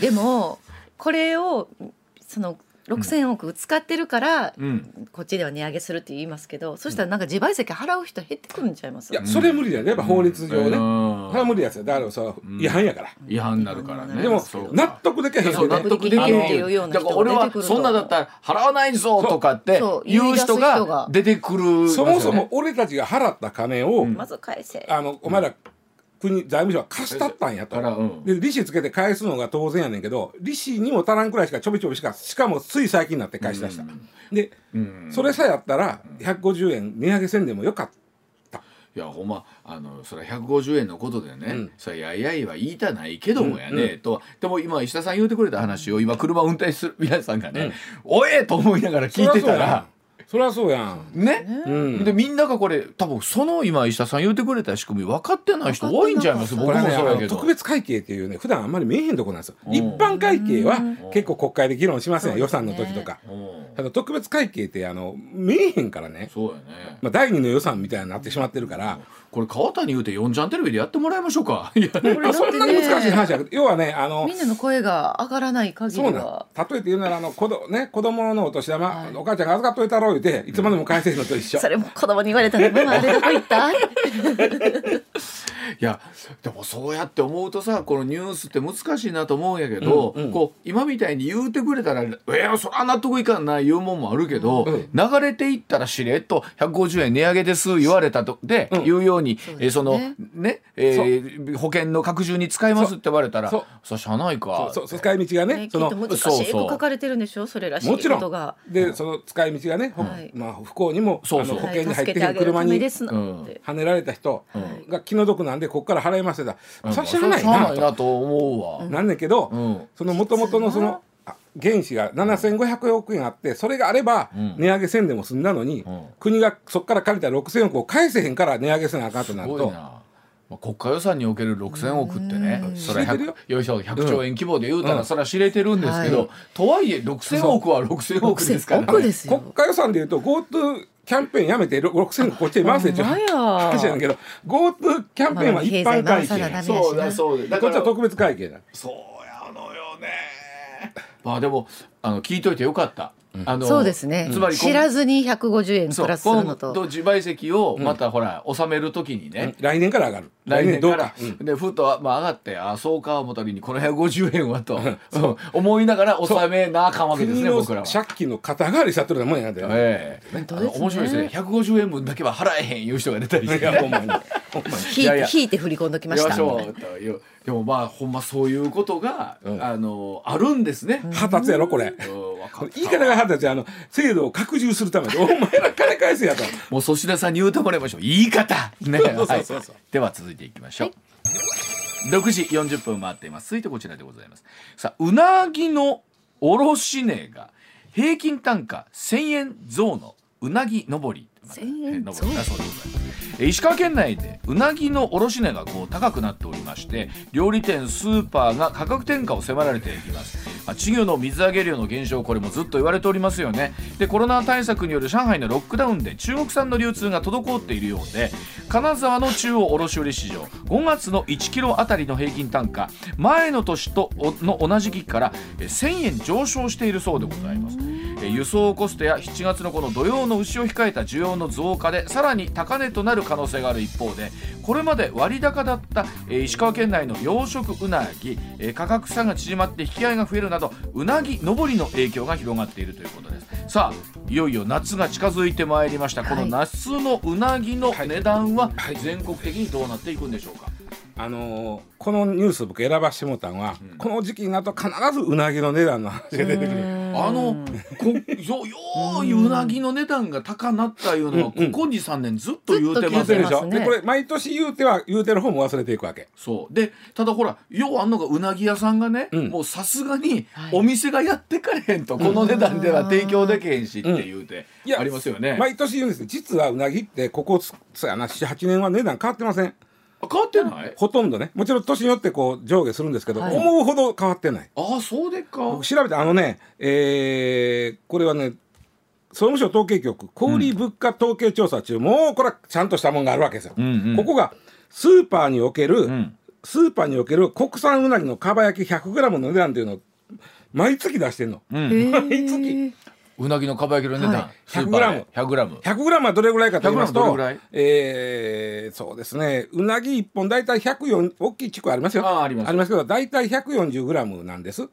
[SPEAKER 2] でもこれをその6,000億使ってるから、
[SPEAKER 1] うん
[SPEAKER 2] こっちでは値上げするって言いますけど、そしたらなんか自賠責払う人減ってくるんちゃいます
[SPEAKER 3] いやそれ無理だよねやっぱ法律上ね、
[SPEAKER 1] うん
[SPEAKER 3] それは無理やつよだからそれは違反やから、
[SPEAKER 1] 違反になるからね
[SPEAKER 2] うん
[SPEAKER 3] でも
[SPEAKER 1] そうか
[SPEAKER 3] 納得できへん
[SPEAKER 1] そう
[SPEAKER 3] よ
[SPEAKER 1] 納
[SPEAKER 3] ね
[SPEAKER 1] 得できへん
[SPEAKER 2] っていうような
[SPEAKER 1] だ
[SPEAKER 2] 人が出てくると
[SPEAKER 1] から俺はそんなだったら払わないぞとかって
[SPEAKER 2] そう
[SPEAKER 1] 言う人
[SPEAKER 2] 言い出す人
[SPEAKER 1] が
[SPEAKER 2] が
[SPEAKER 1] 出てくるんです
[SPEAKER 3] そ
[SPEAKER 1] よ
[SPEAKER 3] も
[SPEAKER 1] ね
[SPEAKER 3] そも俺たちが払った金を、
[SPEAKER 2] まず返せ。
[SPEAKER 3] あのお前ら国財務省は貸したったんやと、
[SPEAKER 1] からうん
[SPEAKER 3] で利子つけて返すのが当然やねんけど利子にも足らんくらいしかちょびちょびしかしかもつい最近になって返し出した、で
[SPEAKER 1] うん
[SPEAKER 3] それさえあったら150円値上げせんでもよかっ
[SPEAKER 1] いやほんまあのそれは150円のことでね、
[SPEAKER 3] ん
[SPEAKER 1] それやいやいは言いたないけどもやね、とでも今石田さん言うてくれた話を今車運転する皆さんがね、おえと思いながら
[SPEAKER 3] た
[SPEAKER 1] 聞いてたら
[SPEAKER 3] そりゃそうやん
[SPEAKER 1] ね、
[SPEAKER 3] うん
[SPEAKER 1] でみんながこれ多分その今石田さん言うてくれた仕組み分かってない人多いんちゃいます
[SPEAKER 2] 分
[SPEAKER 1] 僕
[SPEAKER 3] こ
[SPEAKER 1] も
[SPEAKER 3] れ
[SPEAKER 1] そ
[SPEAKER 3] ね
[SPEAKER 1] う
[SPEAKER 3] あ
[SPEAKER 1] やけ
[SPEAKER 3] の
[SPEAKER 1] ど
[SPEAKER 3] 特別会計っていうね普段あんまり見えへんとこなんですよ
[SPEAKER 1] うん
[SPEAKER 3] 一般会計は結構国会で議論しません、
[SPEAKER 2] うん
[SPEAKER 3] 予算の時とか、
[SPEAKER 1] うん
[SPEAKER 3] ただ特別会計ってあの見えへんからね、
[SPEAKER 1] そうやね
[SPEAKER 3] まあ、第二の予算みたいになってしまってるから
[SPEAKER 1] これ川谷言うて四ちゃんテレビでやってもらいましょうか。いや
[SPEAKER 2] これだってね
[SPEAKER 3] そんなに難しい話じゃなくて要はねあの
[SPEAKER 2] みんなの声が上がらない限
[SPEAKER 3] そう
[SPEAKER 2] り
[SPEAKER 3] な
[SPEAKER 2] は
[SPEAKER 3] ん例えて言うならあの子ど、ね、子供のお年玉、
[SPEAKER 2] はい
[SPEAKER 3] お母ちゃんが預かっといたろう言うていつまでも返せるのと一緒、
[SPEAKER 2] それも子供に言われたらママあれどこ行った
[SPEAKER 1] いやでもそうやって思うとさこのニュースって難しいなと思うんやけど、
[SPEAKER 3] うんうん
[SPEAKER 1] こう今みたいに言うてくれたら「えー、そら納得いかんな」言うもんもあるけど、
[SPEAKER 3] うん
[SPEAKER 1] 流れていったらしれっと「150円値上げです」言われたとで、
[SPEAKER 3] うん
[SPEAKER 1] 言うようにそ
[SPEAKER 2] そ
[SPEAKER 1] えー
[SPEAKER 2] うですね
[SPEAKER 1] そのね、えー保険の拡充に使いますって言われたら「
[SPEAKER 3] そ
[SPEAKER 1] そうそしゃあないか」
[SPEAKER 3] そうそう使い道がね
[SPEAKER 2] ねきっ
[SPEAKER 3] そ
[SPEAKER 2] と
[SPEAKER 3] の
[SPEAKER 2] 難し
[SPEAKER 1] そう
[SPEAKER 2] い
[SPEAKER 1] そう
[SPEAKER 2] と書かれてるんでしょそれらしい
[SPEAKER 3] もちろ
[SPEAKER 2] ことが
[SPEAKER 3] ん。でその使い道がね、ほ
[SPEAKER 2] はい
[SPEAKER 3] まあ、不幸にも
[SPEAKER 1] そうそう
[SPEAKER 3] あの保
[SPEAKER 2] はい
[SPEAKER 3] 険に入っ
[SPEAKER 2] 助け
[SPEAKER 3] てき
[SPEAKER 2] てあ
[SPEAKER 3] た
[SPEAKER 2] げる
[SPEAKER 3] 車
[SPEAKER 2] ため
[SPEAKER 3] に
[SPEAKER 2] ですなんて。
[SPEAKER 3] はねられた人
[SPEAKER 1] うん
[SPEAKER 2] はい
[SPEAKER 3] が気の毒なんでここから払いますって
[SPEAKER 1] うん
[SPEAKER 3] ささしゃあない
[SPEAKER 1] それはしゃあ
[SPEAKER 3] な
[SPEAKER 1] ない
[SPEAKER 3] と
[SPEAKER 1] なと思うわ。
[SPEAKER 3] なんだけど、
[SPEAKER 1] うん
[SPEAKER 3] その元々のそのあ原資が7500億円あってそれがあれば
[SPEAKER 1] うん
[SPEAKER 3] 値上げせんでも済んだのに、
[SPEAKER 1] うん
[SPEAKER 3] 国がそこから借りた6000億を返せへんから値上げせなあかんと
[SPEAKER 1] す
[SPEAKER 3] なる
[SPEAKER 1] ごい
[SPEAKER 3] と
[SPEAKER 1] な、まあ、国家予算における6000億ってね
[SPEAKER 2] うん
[SPEAKER 1] それ
[SPEAKER 3] 知れてるよ
[SPEAKER 1] 100よいしょ100兆円規模で言うた
[SPEAKER 3] う
[SPEAKER 1] ら
[SPEAKER 3] ん
[SPEAKER 1] それは知れてるんですけど、
[SPEAKER 2] はい
[SPEAKER 1] とはいえ6000億は6000億ですから
[SPEAKER 2] 6000億
[SPEAKER 1] ね
[SPEAKER 2] ですよ
[SPEAKER 3] 国家予算でいうと GoTo キャンペーンやめてろ6000億こっちに回せちゃう
[SPEAKER 2] ほんまや
[SPEAKER 3] 話やねんけど GoTo キャンペーンは一般
[SPEAKER 2] まあ経済
[SPEAKER 3] 会
[SPEAKER 2] 回さなダ
[SPEAKER 3] 計
[SPEAKER 2] メ
[SPEAKER 1] そうだそうだだ
[SPEAKER 3] こ
[SPEAKER 1] か
[SPEAKER 3] っちは
[SPEAKER 1] ら
[SPEAKER 3] 特別会計だ
[SPEAKER 1] そうやのよねまあでもあの聞いといてよかった、あの
[SPEAKER 2] そうですね
[SPEAKER 1] つまり
[SPEAKER 2] 知らずに150円
[SPEAKER 1] そう
[SPEAKER 2] プラスする
[SPEAKER 1] 今
[SPEAKER 2] の
[SPEAKER 1] 度
[SPEAKER 2] と
[SPEAKER 1] 自賠責をまたほら納めるときにね、
[SPEAKER 3] 来年から上がる
[SPEAKER 1] 来年
[SPEAKER 3] ど
[SPEAKER 1] か
[SPEAKER 3] う
[SPEAKER 1] ら
[SPEAKER 3] か、うん
[SPEAKER 1] でふと、まあ、上がってあそうか思った時にこの150円はと、うん思いながら納めなあかんわけです
[SPEAKER 3] 国
[SPEAKER 1] ね
[SPEAKER 3] の
[SPEAKER 1] 僕らは。
[SPEAKER 3] 借金の肩代わりしちゃってるようなもんやなんだよね
[SPEAKER 1] ええ
[SPEAKER 2] 当
[SPEAKER 1] あ
[SPEAKER 2] ですね
[SPEAKER 1] の面白いですね150円分だけは払えへんいう人が出たりして
[SPEAKER 3] いやほんまにほんまに
[SPEAKER 2] 引い
[SPEAKER 1] いやいや
[SPEAKER 2] て引いて振り込んどきました
[SPEAKER 1] しょうというでもまあほんまそういうことが、
[SPEAKER 3] うん
[SPEAKER 1] あのあるんですね。
[SPEAKER 3] 二十歳やろこれ
[SPEAKER 1] うんわかった
[SPEAKER 3] 言い方が二十歳あの制度を拡充する ためにお前ら金返せやと
[SPEAKER 1] もう粗品さんに言うてもらいましょう言い方ね
[SPEAKER 3] そうそうそうそう
[SPEAKER 1] はいでは続いていきましょう、6時40分回っています続いてこちらでございますさあうなぎの卸値が平均単価1000円増のうなぎ上り
[SPEAKER 2] 1000円増
[SPEAKER 1] えー上りだそうでございますえー石川県内でうなぎの卸値がこう高くなっておりまして料理店スーパーが価格転嫁を迫られています、まあ、稚魚の水揚げ量の減少これもずっと言われておりますよねでコロナ対策による上海のロックダウンで中国産の流通が滞っているようで金沢の中央卸売市場5月の1キロあたりの平均単価前の年とおの同じ期からえー1000円上昇しているそうでございますえー輸送コストや7月のこの土曜の牛を控えた需要の増加でさらに高値となる可能性がある一方でこれまで割高だった、えー石川県内の養殖うなぎ、えー価格差が縮まって引き合いが増えるなどうなぎ上りの影響が広がっているということですさあいよいよ夏が近づいてまいりました、この夏のうなぎの値段は全国的にどうなっていくんでしょうか、
[SPEAKER 3] あのーこのニュース僕選ばしてもうたんは、この時期になると必ずうなぎの値段の話が出てくる
[SPEAKER 1] あのこよよういうなぎの値段が高なったいうのはここ23年ずっと言うてま
[SPEAKER 3] 言うて
[SPEAKER 1] せ
[SPEAKER 3] る
[SPEAKER 1] ん
[SPEAKER 3] でしょ、
[SPEAKER 2] 出てますね
[SPEAKER 3] でこれ毎年言うては言うてる方も忘れていくわけ
[SPEAKER 1] そうでただほらようあんのがうなぎ屋さんがね、
[SPEAKER 3] うん
[SPEAKER 1] もうさすがに
[SPEAKER 2] はい
[SPEAKER 1] お店がやってかれへんと、この値段では提供できへんしって言うて、
[SPEAKER 3] いや
[SPEAKER 1] ありますよね、
[SPEAKER 3] 毎年言うんです実はうなぎってここ78年は値段変わってません
[SPEAKER 1] 変わってない
[SPEAKER 3] ほとんどねもちろん年によってこう上下するんですけど、
[SPEAKER 2] はい
[SPEAKER 3] 思うほど変わってない
[SPEAKER 1] ああそうでっか
[SPEAKER 3] 僕調べてあのね、えーこれはね総務省統計局小売物価統計調査中、もうこれはちゃんとしたもんがあるわけですよ、
[SPEAKER 1] うんうん
[SPEAKER 3] ここがスーパーにおける、
[SPEAKER 1] ん
[SPEAKER 3] スーパーにおける国産うなぎのかば焼き 100g の値段っていうのを毎月出してんの
[SPEAKER 2] へー
[SPEAKER 3] 毎月
[SPEAKER 1] うなぎのかば焼きの値段、
[SPEAKER 2] はい
[SPEAKER 1] スーパーで 100g
[SPEAKER 3] 100g はどれぐらいかと言います
[SPEAKER 1] 100グラム
[SPEAKER 3] と
[SPEAKER 1] どれぐらい
[SPEAKER 3] えーそうですねうなぎ1本大体104大きい地区ありますよ
[SPEAKER 1] あーあります
[SPEAKER 3] けど大体 140g なんです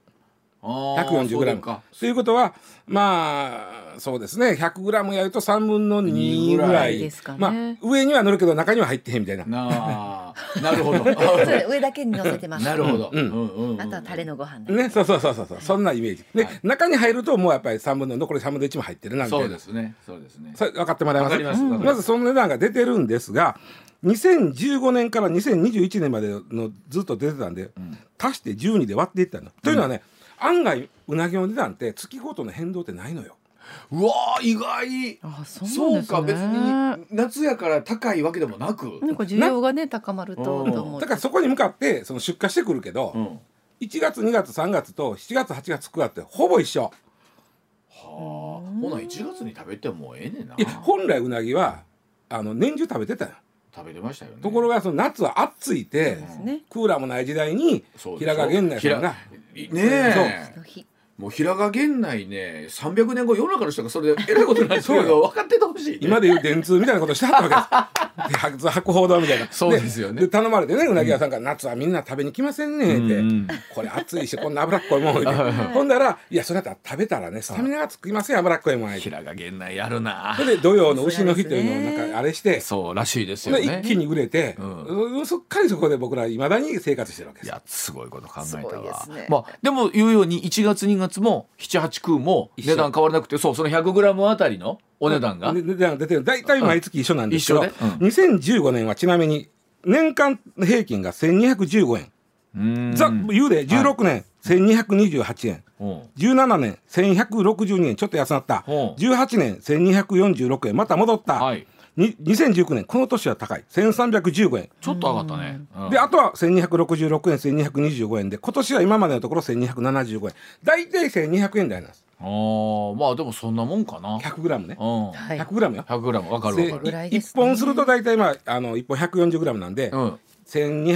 [SPEAKER 1] 140
[SPEAKER 3] 140g
[SPEAKER 1] か
[SPEAKER 3] ということはまあそうですね 100g やると3分の2ぐ
[SPEAKER 1] ぐ
[SPEAKER 3] ら
[SPEAKER 1] ら
[SPEAKER 3] い
[SPEAKER 1] い
[SPEAKER 2] ですかね
[SPEAKER 3] まあ、上には乗るけど中には入ってへんみたいな
[SPEAKER 1] なあなるほ ど
[SPEAKER 2] それ上だけに乗せてます
[SPEAKER 1] なるほど、
[SPEAKER 3] うん
[SPEAKER 1] うんうんうん
[SPEAKER 2] あとはタレのご飯だ
[SPEAKER 3] ねそうそうそうそうそうそんなイメージで、
[SPEAKER 1] はい
[SPEAKER 3] 中に入るともうやっぱり3分の残り3分の1も入ってるなみたいな
[SPEAKER 1] そうですねそうですね
[SPEAKER 3] それ分かってもらえます
[SPEAKER 1] 分かります
[SPEAKER 3] うん
[SPEAKER 1] 分かり
[SPEAKER 3] ま
[SPEAKER 1] ます
[SPEAKER 3] ずその値段が出てるんですが2015年から2021年までのずっと出てたんで、足して12で割っていったの。というのはね案外うなぎの値段って月ごとの変動ってないのよ。
[SPEAKER 1] うわー意外
[SPEAKER 2] あそう
[SPEAKER 1] そう
[SPEAKER 2] なんですね
[SPEAKER 1] か別に夏やから高いわけでもなく、
[SPEAKER 2] なんか需要がね高まるとと
[SPEAKER 1] うん
[SPEAKER 2] 思う
[SPEAKER 3] だからそこに向かってその出荷してくるけど、
[SPEAKER 1] うん
[SPEAKER 3] 1月2月3月と7月8月9月ってほぼ一緒。
[SPEAKER 1] はあ、ほな1月に食べてもええねんない
[SPEAKER 3] や本来うなぎはあの年中食べてたよ。
[SPEAKER 1] 食べてましたよね
[SPEAKER 3] ところがその夏は暑いて、
[SPEAKER 2] ですね。
[SPEAKER 3] クーラーもない時代に
[SPEAKER 1] そう
[SPEAKER 3] 平賀源内さんが
[SPEAKER 1] ひらね
[SPEAKER 2] そ
[SPEAKER 1] え
[SPEAKER 2] の日
[SPEAKER 1] もう平賀源内ね300年後世の中の人がそれでえらいことになってる
[SPEAKER 3] そうよ
[SPEAKER 1] のが分かっててほしいね、
[SPEAKER 3] 今でいう電通みたいなことしてはったわけ ですで白図白報堂みたいな
[SPEAKER 1] そうですよね
[SPEAKER 3] で頼まれてねうなぎ屋さんから「夏はみんな食べに来ませんね」って、
[SPEAKER 1] うんうん
[SPEAKER 3] これ暑いしこんな脂っこいもん」言うて ほんだら「いやそれだったら食べたらねスタミナがつきますよ脂っこいもん」言うて
[SPEAKER 1] 平賀源内やるな
[SPEAKER 3] それで土曜の牛の日というのをなんかあれして、
[SPEAKER 1] そうらしいですよ
[SPEAKER 3] で
[SPEAKER 1] ね
[SPEAKER 3] 一気に売れて、
[SPEAKER 1] う
[SPEAKER 3] そっかりそこで僕らいまだに生活してるわけ
[SPEAKER 1] い
[SPEAKER 3] です。
[SPEAKER 1] やすごいこと考えた
[SPEAKER 2] すごいで
[SPEAKER 1] わ
[SPEAKER 2] すね
[SPEAKER 1] まあ、でも言うように1月2月も78食うも
[SPEAKER 3] 一緒
[SPEAKER 1] 値段変わらなくてそうその 100g あたりのお値段が、
[SPEAKER 3] ね値段出てる大体毎月一緒なんですけど、
[SPEAKER 1] うん一緒ねう
[SPEAKER 3] 2015年はちなみに年間平均が1215円、
[SPEAKER 1] うーん
[SPEAKER 3] ザ・ユーで16年、1228円
[SPEAKER 1] うん
[SPEAKER 3] 17年1162円ちょっと安なった、
[SPEAKER 1] ほう
[SPEAKER 3] 18年1246円また戻った、
[SPEAKER 1] はい
[SPEAKER 3] に2019年この年は高い1315円
[SPEAKER 1] ちょっと上がったね、うん
[SPEAKER 3] であとは1266円1225円で今年は今までのところ1275円大体1200円台なんです
[SPEAKER 1] あーまあでもそんなもんかな
[SPEAKER 3] 100g ね
[SPEAKER 1] うん
[SPEAKER 2] はい。
[SPEAKER 3] 100g よ
[SPEAKER 1] 100g わかる
[SPEAKER 3] で
[SPEAKER 1] わか
[SPEAKER 2] ぐらいです
[SPEAKER 3] 1
[SPEAKER 2] ね
[SPEAKER 3] 本すると大体まああの1本 140g なんで、
[SPEAKER 1] る、うん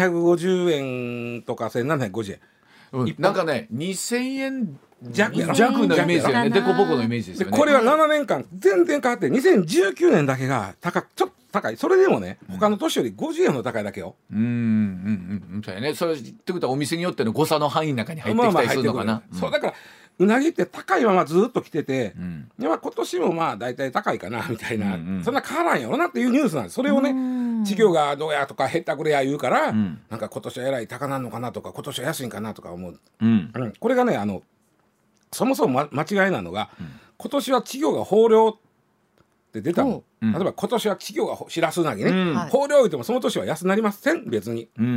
[SPEAKER 3] 1250円とか1750円
[SPEAKER 1] うん
[SPEAKER 3] 一、本
[SPEAKER 1] なんかね2000円
[SPEAKER 3] 弱やろ
[SPEAKER 1] 弱のイメージだよね
[SPEAKER 2] 弱
[SPEAKER 1] デ
[SPEAKER 2] やな
[SPEAKER 1] コボコのイメージです
[SPEAKER 3] で
[SPEAKER 1] よね
[SPEAKER 3] これは7年間全然変わって2019年だけが高くちょっと高いそれでもね他の年より50円の高いだけよ、
[SPEAKER 1] うんうんうんうんそうやねそれってことはお店によっての誤差の範囲の中に入って
[SPEAKER 3] まあ
[SPEAKER 1] き
[SPEAKER 3] ま
[SPEAKER 1] た
[SPEAKER 3] あ
[SPEAKER 1] りするのかな
[SPEAKER 3] 入ってくるそうだからうなぎって高いままずっと来てて、
[SPEAKER 1] うん
[SPEAKER 3] でまあ今年もまあ大体高いかなみたいな、
[SPEAKER 1] うんうん
[SPEAKER 3] そんな変わらんやろなっていうニュースなんですそれをね稚魚がどうやとか減ったくれや言うから、
[SPEAKER 1] ん
[SPEAKER 3] なんか今年はえらい高なんのかなとか今年は安いんかなとか思う、
[SPEAKER 1] うん
[SPEAKER 3] うんこれがねあのそもそも、ま、間違いなのが、今年は稚魚が豊漁って出たの、
[SPEAKER 1] うん
[SPEAKER 3] 例えば今年は稚魚がほしらすうなぎね、
[SPEAKER 1] うん
[SPEAKER 2] はい
[SPEAKER 3] 豊漁言ってもその年は安なりません別に、
[SPEAKER 1] うんうん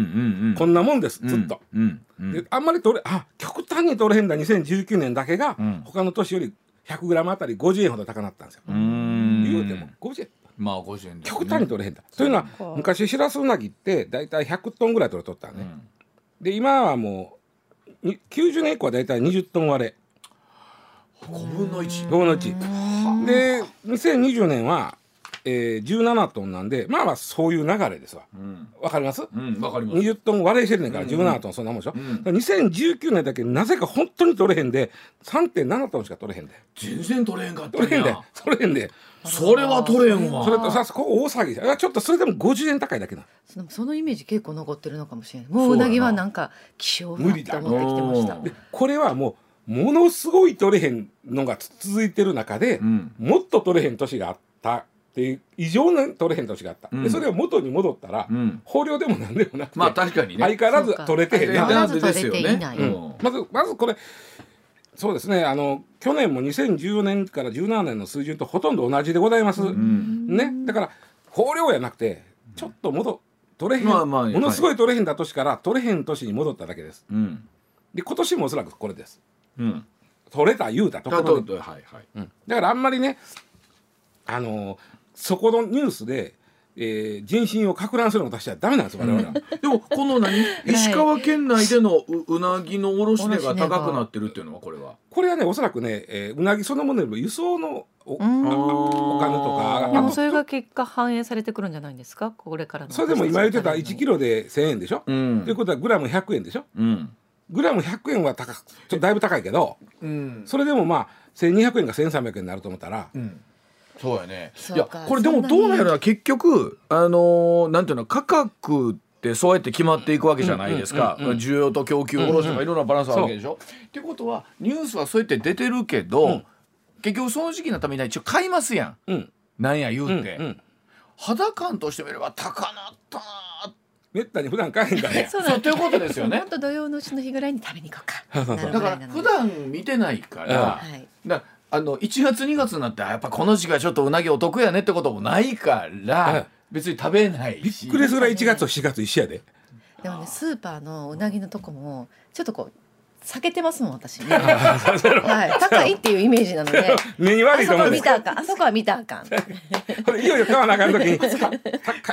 [SPEAKER 1] うん
[SPEAKER 3] こんなもんですずっと、
[SPEAKER 1] うんうん
[SPEAKER 3] であんまり取れあ極端に取れへんだ2019年だけが、
[SPEAKER 1] うん
[SPEAKER 3] 他の年より 100g あたり50円ほど高なったんですよ、
[SPEAKER 1] うん
[SPEAKER 3] 言うても50円
[SPEAKER 1] まあ50円ですね
[SPEAKER 3] 極端に取れへんだ、というのは
[SPEAKER 2] そう
[SPEAKER 3] 昔シラスウナギって大体100トンぐらい取れとったの
[SPEAKER 1] う
[SPEAKER 3] ね、
[SPEAKER 1] ん
[SPEAKER 3] で今はもうに90年以降は大体20トン割れ
[SPEAKER 1] 5分の1
[SPEAKER 3] 5分の1で2020年は、えー、17トンなんでまあまあそういう流れですわ
[SPEAKER 1] うん
[SPEAKER 3] わかります
[SPEAKER 1] うんわかります
[SPEAKER 3] 20トン割れしてるねんから
[SPEAKER 1] うん
[SPEAKER 3] 17トンそんなもんでしょ、
[SPEAKER 1] うん
[SPEAKER 3] だから2019年だけなぜか本当に取れへんで3.7トンしか取れへんで
[SPEAKER 1] 全然取れへんかった
[SPEAKER 3] 取れへん
[SPEAKER 1] ん
[SPEAKER 3] で
[SPEAKER 1] や
[SPEAKER 3] 取れへんで
[SPEAKER 1] それは取れへんわ
[SPEAKER 3] それとさここ大騒ぎあちょっとそれでも50円高いだけな
[SPEAKER 2] そのそのイメージ結構残ってるのかもしれない。もううなぎはなんか希少だ
[SPEAKER 3] 無
[SPEAKER 2] と思っ
[SPEAKER 3] 理
[SPEAKER 2] てき
[SPEAKER 3] だ
[SPEAKER 2] てました。
[SPEAKER 1] うん
[SPEAKER 3] これはもうものすごい取れへんのが続いてる中で、
[SPEAKER 1] うん
[SPEAKER 3] もっと取れへん年があったっていう異常な取れへん年があった、
[SPEAKER 1] うん
[SPEAKER 3] でそれを元に戻ったら、
[SPEAKER 1] うん
[SPEAKER 3] 豊漁でも何でもなくて、
[SPEAKER 1] まあ確かにね
[SPEAKER 3] 相変わらず取れてへん
[SPEAKER 1] 変
[SPEAKER 3] な
[SPEAKER 2] そうか
[SPEAKER 1] なでですよ
[SPEAKER 2] 変わらず取れてい
[SPEAKER 1] ね
[SPEAKER 2] ない
[SPEAKER 1] うん
[SPEAKER 3] まずまずこれそうですねあの去年も2014年から17年の水準とほとんど同じでございます、
[SPEAKER 1] うん
[SPEAKER 3] ねだから豊漁やなくてちょっと戻取れへん、
[SPEAKER 1] まあまあ
[SPEAKER 3] ものすごい取れへんだ年から取れへん年に戻っただけです
[SPEAKER 1] うん
[SPEAKER 3] で今年もおそらくこれです
[SPEAKER 1] うん
[SPEAKER 3] 取れた言うたところで
[SPEAKER 1] 例えばはいはい
[SPEAKER 3] うんだからあんまりねあのーそこのニュースで、えー人心をか乱するのを出しちゃダメなんです我々は。
[SPEAKER 1] でもこの何石川県内でのううなぎの卸値が高くなってるっていうのはこれは
[SPEAKER 3] これはねおそらくね、えーうなぎそのものよりも輸送のお
[SPEAKER 2] うん
[SPEAKER 3] お金とか
[SPEAKER 1] あー
[SPEAKER 2] で
[SPEAKER 3] あ
[SPEAKER 2] も
[SPEAKER 3] と
[SPEAKER 2] それが結果反映されてくるんじゃないんですか。これからの。
[SPEAKER 3] それでも今言ってた1キ
[SPEAKER 2] ロ。
[SPEAKER 3] ロで1,000円でしょ、
[SPEAKER 1] うん
[SPEAKER 3] ということはグラム100円でしょ
[SPEAKER 1] うん
[SPEAKER 3] グラム100円は高くちょっとだいぶ高いけど
[SPEAKER 1] うん
[SPEAKER 3] それでもまあ1200円か1300円になると思ったら、
[SPEAKER 1] そうやねい
[SPEAKER 2] そう
[SPEAKER 1] や
[SPEAKER 2] か
[SPEAKER 1] これでもどうなんやろな結局あのーなんていうの価格ってそうやって決まっていくわけじゃないですか
[SPEAKER 3] うんうんうんうん
[SPEAKER 1] 需要と供給卸とかいろんなバランスあるわけでしょっていうことはニュースはそうやって出てるけど、
[SPEAKER 3] うん
[SPEAKER 1] 結局その時期のために一応買いますやん
[SPEAKER 3] うん
[SPEAKER 1] なんや言う
[SPEAKER 3] うんう
[SPEAKER 1] て、
[SPEAKER 3] ん、
[SPEAKER 1] 肌感としてみれば高なったなーっ
[SPEAKER 3] めったに普段買えへんから ね
[SPEAKER 2] そう
[SPEAKER 1] そうということですよね
[SPEAKER 2] 本 当土曜のうちの日ぐらいに食べに行こう
[SPEAKER 3] そうそ
[SPEAKER 2] か。
[SPEAKER 3] うそう
[SPEAKER 1] だから普段見てないから、
[SPEAKER 2] うんはい
[SPEAKER 1] だからあの1月2月になってあやっぱこの時期はちょっとうなぎお得やねってこともないから、
[SPEAKER 3] うん
[SPEAKER 1] 別に食べない
[SPEAKER 3] び
[SPEAKER 1] し
[SPEAKER 3] っくりするぐらい1月と4月一緒やで
[SPEAKER 2] でもねスーパーのうなぎのとこもちょっとこう避けてますもん私、ね。はい高いっていうイメージなので。
[SPEAKER 3] 目に
[SPEAKER 2] あ
[SPEAKER 3] 悪い
[SPEAKER 2] そ
[SPEAKER 3] と
[SPEAKER 2] こは
[SPEAKER 3] 思うんで
[SPEAKER 2] 見
[SPEAKER 3] す
[SPEAKER 2] たらあかん。あそこは見たらあかん。
[SPEAKER 3] これいよいよ買わなあかん時 に高い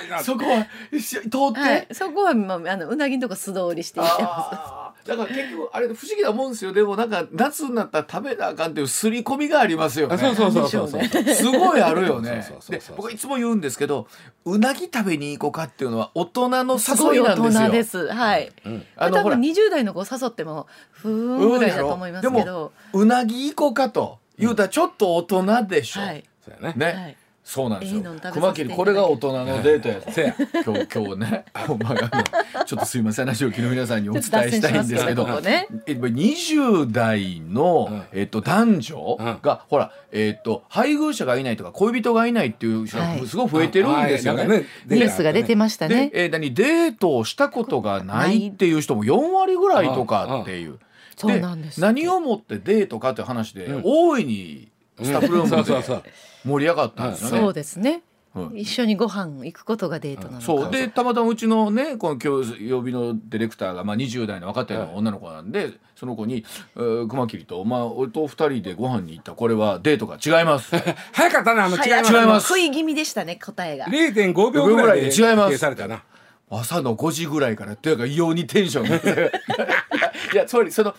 [SPEAKER 3] な
[SPEAKER 1] そこはし通って、
[SPEAKER 2] はい。そこはまああのうなぎのとこ素通りしていってます。
[SPEAKER 1] あだから結局あれ不思議なもんですよでもなんか夏になったら食べなあかんっていう刷り込みがありますよね
[SPEAKER 3] あそうそうそうそうそう、
[SPEAKER 1] すごいあるよね
[SPEAKER 3] そうそうそうそう
[SPEAKER 1] で僕いつも言うんですけどうなぎ食べに行こうかっていうのは大人の
[SPEAKER 4] すご
[SPEAKER 1] 誘
[SPEAKER 4] い
[SPEAKER 1] いな
[SPEAKER 4] 大
[SPEAKER 1] んですよ
[SPEAKER 4] 人です。はい。
[SPEAKER 3] うん
[SPEAKER 1] あの
[SPEAKER 4] 多
[SPEAKER 1] ほら
[SPEAKER 4] 分20代の子を誘ってもふーんぐらいだと思いますけど、
[SPEAKER 1] うなぎ行こうかと言うたらちょっと大人でしょ、
[SPEAKER 4] はい。
[SPEAKER 3] そうやね
[SPEAKER 1] ね、
[SPEAKER 4] はい
[SPEAKER 1] そうなんです
[SPEAKER 4] い
[SPEAKER 1] よ
[SPEAKER 4] いの食べさせて
[SPEAKER 1] 熊切これが大人のデートや
[SPEAKER 3] せや
[SPEAKER 1] 今日今日 ね、ほんまがねちょっとすいません話を昨日皆さんにお伝えしたいんですけど
[SPEAKER 4] ちょっと脱線しますけどここね、
[SPEAKER 1] え20代の、
[SPEAKER 3] うん
[SPEAKER 1] えっと男女が、ほらえっと配偶者がいないとか恋人がいないっていう人が
[SPEAKER 4] はい
[SPEAKER 1] すごい増えてるんですよ
[SPEAKER 3] あ
[SPEAKER 1] ね。
[SPEAKER 3] なんか
[SPEAKER 4] ニュースが出てました
[SPEAKER 1] で
[SPEAKER 4] ね、。
[SPEAKER 1] えー何デートをしたことがないっていう人も4割ぐらいとかっていう。
[SPEAKER 4] そうなんです。
[SPEAKER 1] 何をもってデートかという話で、
[SPEAKER 3] うん
[SPEAKER 1] 大いにスタッフルー
[SPEAKER 3] そう
[SPEAKER 1] ム
[SPEAKER 3] そうそ
[SPEAKER 1] で
[SPEAKER 3] う
[SPEAKER 1] 盛り上がったんですよね。
[SPEAKER 4] そうですね。
[SPEAKER 1] うん
[SPEAKER 4] 一緒にご飯行くことがデートなのか。
[SPEAKER 1] そうでたまたまうちのねこの今日曜日のディレクターが、まあ、20代の若手の女の子なんで、その子にえー「熊切と、まあ、俺と二人でご飯に行ったこれはデートが違い ます」
[SPEAKER 3] 早かったなあの違います
[SPEAKER 1] 違います
[SPEAKER 4] 食い気味でしたね答えが。
[SPEAKER 3] 0.5秒ぐらいで
[SPEAKER 1] 違います
[SPEAKER 3] 否定されたな
[SPEAKER 1] 朝の5時ぐらいからというか異様にテンション がいやつまりその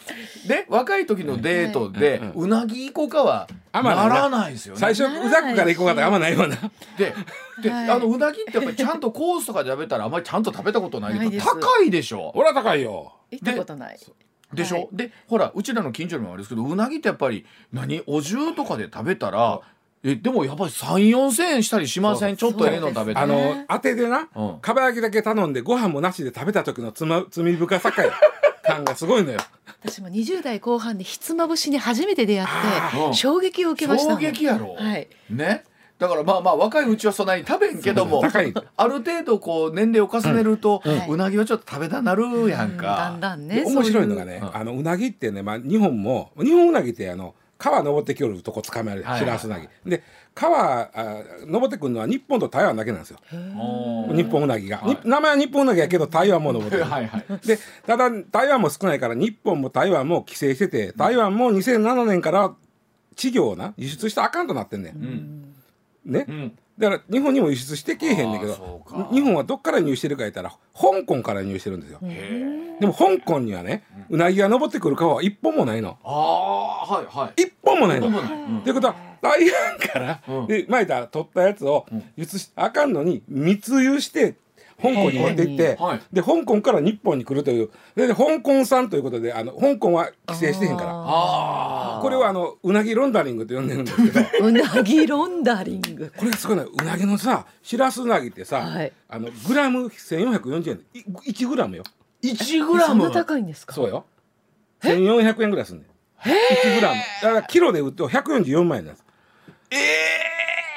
[SPEAKER 1] ね若い時のデートで、
[SPEAKER 3] うん
[SPEAKER 1] うなぎ行こうかは
[SPEAKER 3] あ
[SPEAKER 1] な
[SPEAKER 3] まあ
[SPEAKER 1] らないですよね。
[SPEAKER 3] 最初うざくから行こうかってあんまないような
[SPEAKER 1] でで、
[SPEAKER 4] はい
[SPEAKER 1] あのうなぎってやっぱりちゃんとコースとかで食べたらあんまりちゃんと食べたことない
[SPEAKER 4] ない
[SPEAKER 1] け
[SPEAKER 4] で
[SPEAKER 1] ど
[SPEAKER 4] す
[SPEAKER 1] 高いでしょ。
[SPEAKER 3] 俺は高いよ
[SPEAKER 4] 行ったことない。
[SPEAKER 1] でしょ、
[SPEAKER 4] はい
[SPEAKER 1] でほらうちらの近所にもあるんですけどうなぎってやっぱり何お重とかで食べたらえでもやっぱり3,4,000円したりしませんちょっとええの食べた
[SPEAKER 3] あ
[SPEAKER 1] ら。
[SPEAKER 4] そうです
[SPEAKER 3] の当てでな
[SPEAKER 1] うん
[SPEAKER 3] かば焼きだけ頼んでご飯もなしで食べた時のつま罪深さかい感がすごいのよ
[SPEAKER 4] 私も20代後半でひつまぶしに初めて出会って
[SPEAKER 1] うん
[SPEAKER 4] 衝撃を受けましたも
[SPEAKER 1] 衝
[SPEAKER 4] ん。
[SPEAKER 1] 撃やろ、
[SPEAKER 4] はい
[SPEAKER 1] ねだからまあまあ若いうちはそんなに食べんけども
[SPEAKER 3] 高い
[SPEAKER 1] ある程度こう年齢を重ねると、う
[SPEAKER 4] うん
[SPEAKER 1] なぎはちょっと食べたなるやんか、
[SPEAKER 4] うんだんだんね。
[SPEAKER 3] 面白いのがね
[SPEAKER 4] ね。
[SPEAKER 1] うん
[SPEAKER 3] あのうなぎってねまあ日本も日本うなぎってあの川登ってきよるとこ捕まえる
[SPEAKER 1] はい
[SPEAKER 3] シラスウナギで川あ登ってくるのは日本と台湾だけなんですよ
[SPEAKER 1] うん
[SPEAKER 3] 日本うなぎが、
[SPEAKER 1] はい
[SPEAKER 3] に名前は日本うなぎやけど台湾も登ってる
[SPEAKER 1] はいはい
[SPEAKER 3] でただ台湾も少ないから日本も台湾も規制してて台湾も2007年から稚魚をな輸出したらあかんとなってんね、
[SPEAKER 1] うんん
[SPEAKER 3] ね
[SPEAKER 1] うん
[SPEAKER 3] だから日本にも輸出してけえへんねんけ
[SPEAKER 1] あーそ
[SPEAKER 3] ど
[SPEAKER 1] うか
[SPEAKER 3] 日本はどっから輸入してるか言ったら香港から輸入してるんですよ、
[SPEAKER 1] へえ
[SPEAKER 3] でも香港にはねうなぎが登ってくる川は一本もないの
[SPEAKER 1] ああーはいはい
[SPEAKER 3] 一本もないの
[SPEAKER 1] とんでもないうん
[SPEAKER 3] ということは台湾から、
[SPEAKER 1] うん
[SPEAKER 3] で前だ取ったやつを輸出しあかんのに密輸して香港に持っていって、
[SPEAKER 1] はい
[SPEAKER 3] で香港から日本に来るというでで香港産ということであの香港は規制してへんから
[SPEAKER 1] あー
[SPEAKER 3] これはあのうなぎロンダリングと呼んでるんですけど
[SPEAKER 4] うなぎロンダリング。
[SPEAKER 3] これがすごいのようなぎのさシラスウナギってさ、
[SPEAKER 4] はい
[SPEAKER 3] あのグラム1440円い1グラムよ
[SPEAKER 1] 1グラ
[SPEAKER 4] そんな
[SPEAKER 1] ム
[SPEAKER 4] 高いんですか。
[SPEAKER 3] そうよ1400円ぐらいすんねん1グラムだからキロで売って144万円なんです
[SPEAKER 1] え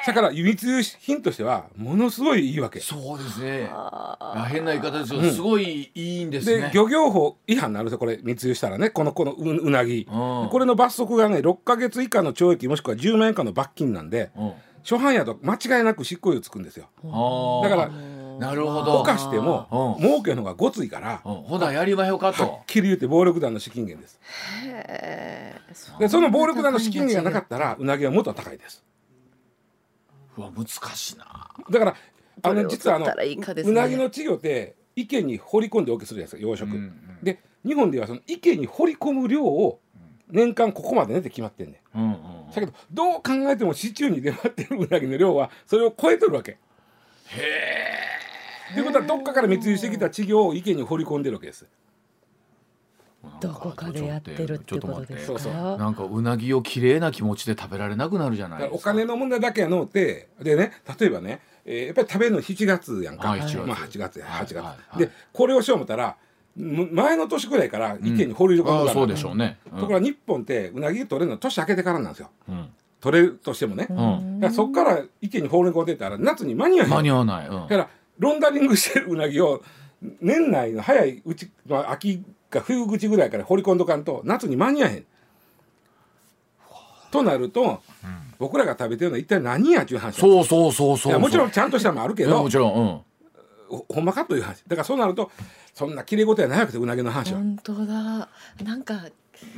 [SPEAKER 3] だから密輸品としてはものすごいいいわけ
[SPEAKER 1] えそうですねあ変な言い方ですよ、すごいいいんです
[SPEAKER 3] で
[SPEAKER 1] ね
[SPEAKER 3] 漁業法違反になるんですよこれ密輸したらねこのこのううなぎ、
[SPEAKER 1] うん
[SPEAKER 3] これの罰則がね6か月以下の懲役もしくは10万円以下の罰金なんで、
[SPEAKER 1] うん
[SPEAKER 3] 初犯やと間違いなく執行猶予つくんですよ
[SPEAKER 1] あ
[SPEAKER 3] だ
[SPEAKER 1] だ
[SPEAKER 3] か
[SPEAKER 1] かららなるほど
[SPEAKER 3] 犯しても
[SPEAKER 1] うん
[SPEAKER 3] 儲けの方がごついから
[SPEAKER 1] うん、ほなやりまへんかと。
[SPEAKER 3] 切り言って暴力団の資金源です
[SPEAKER 4] へーそんな高いん
[SPEAKER 3] で
[SPEAKER 4] だ
[SPEAKER 3] その暴力団の資金源がなかったらうなぎはもっと高いです
[SPEAKER 1] うわ難しいな。
[SPEAKER 3] だからあ
[SPEAKER 4] これ
[SPEAKER 3] の
[SPEAKER 4] を
[SPEAKER 3] 実はあ
[SPEAKER 4] 取
[SPEAKER 3] の
[SPEAKER 4] ったらいいかです
[SPEAKER 3] う
[SPEAKER 4] ね
[SPEAKER 3] なぎの稚魚って池に放り込んでおけするじゃないですか養殖、
[SPEAKER 1] うん
[SPEAKER 3] で日本ではその池に放り込む量を年間ここまでねって決まってんねん
[SPEAKER 1] うんうんうん
[SPEAKER 3] だけどどう考えても市中に出回ってるうなぎの量はそれを超えとるわけ。へえ。ということはどっかから密輸してきた稚魚を池に放り込んでるわけです。
[SPEAKER 4] どこかでやってるっていうことです
[SPEAKER 3] そうそう
[SPEAKER 4] か。
[SPEAKER 1] なんかうなぎを綺麗な気持ちで食べられなくなるじゃな
[SPEAKER 3] だ
[SPEAKER 1] い
[SPEAKER 3] から
[SPEAKER 1] で
[SPEAKER 3] お
[SPEAKER 1] すか。
[SPEAKER 3] 金の問題だけやのうてでね例えばね、えーやっぱり食べるの7月やんか、
[SPEAKER 1] はい7月
[SPEAKER 3] まあ8月や
[SPEAKER 1] はい
[SPEAKER 3] 8月、
[SPEAKER 1] はいはい
[SPEAKER 3] でこれをしよう思ったらむ前の年ぐらいから池に放り込む
[SPEAKER 1] あ
[SPEAKER 3] か
[SPEAKER 1] あ
[SPEAKER 3] ら、
[SPEAKER 1] そうでしょうね。うん
[SPEAKER 3] ところが日本ってうなぎ取れるの年明けてからなんですよ
[SPEAKER 1] うん
[SPEAKER 3] 取れるとしてもね、だか
[SPEAKER 1] うん
[SPEAKER 3] らそこから池に放り込んでたら夏に間に合わない
[SPEAKER 1] 間に合わない。うん
[SPEAKER 3] だからロンダリングしてるうなぎを年内の早いうち、まあ、秋か冬口ぐらいから放り込んどかんと夏に間に合えへん。となると、僕らが食べてるのは一体何やっていう話なんです
[SPEAKER 1] そうそうそう
[SPEAKER 3] い
[SPEAKER 1] そう。
[SPEAKER 3] やもちろん
[SPEAKER 1] ん。
[SPEAKER 3] ちゃんとしたのもあるけ
[SPEAKER 1] いや
[SPEAKER 3] ど
[SPEAKER 1] もちろん。うん。
[SPEAKER 3] ほほんまかという話だからそうなるとそんなきれい事やないわけでうなぎの話は。
[SPEAKER 4] 本当だ。なんか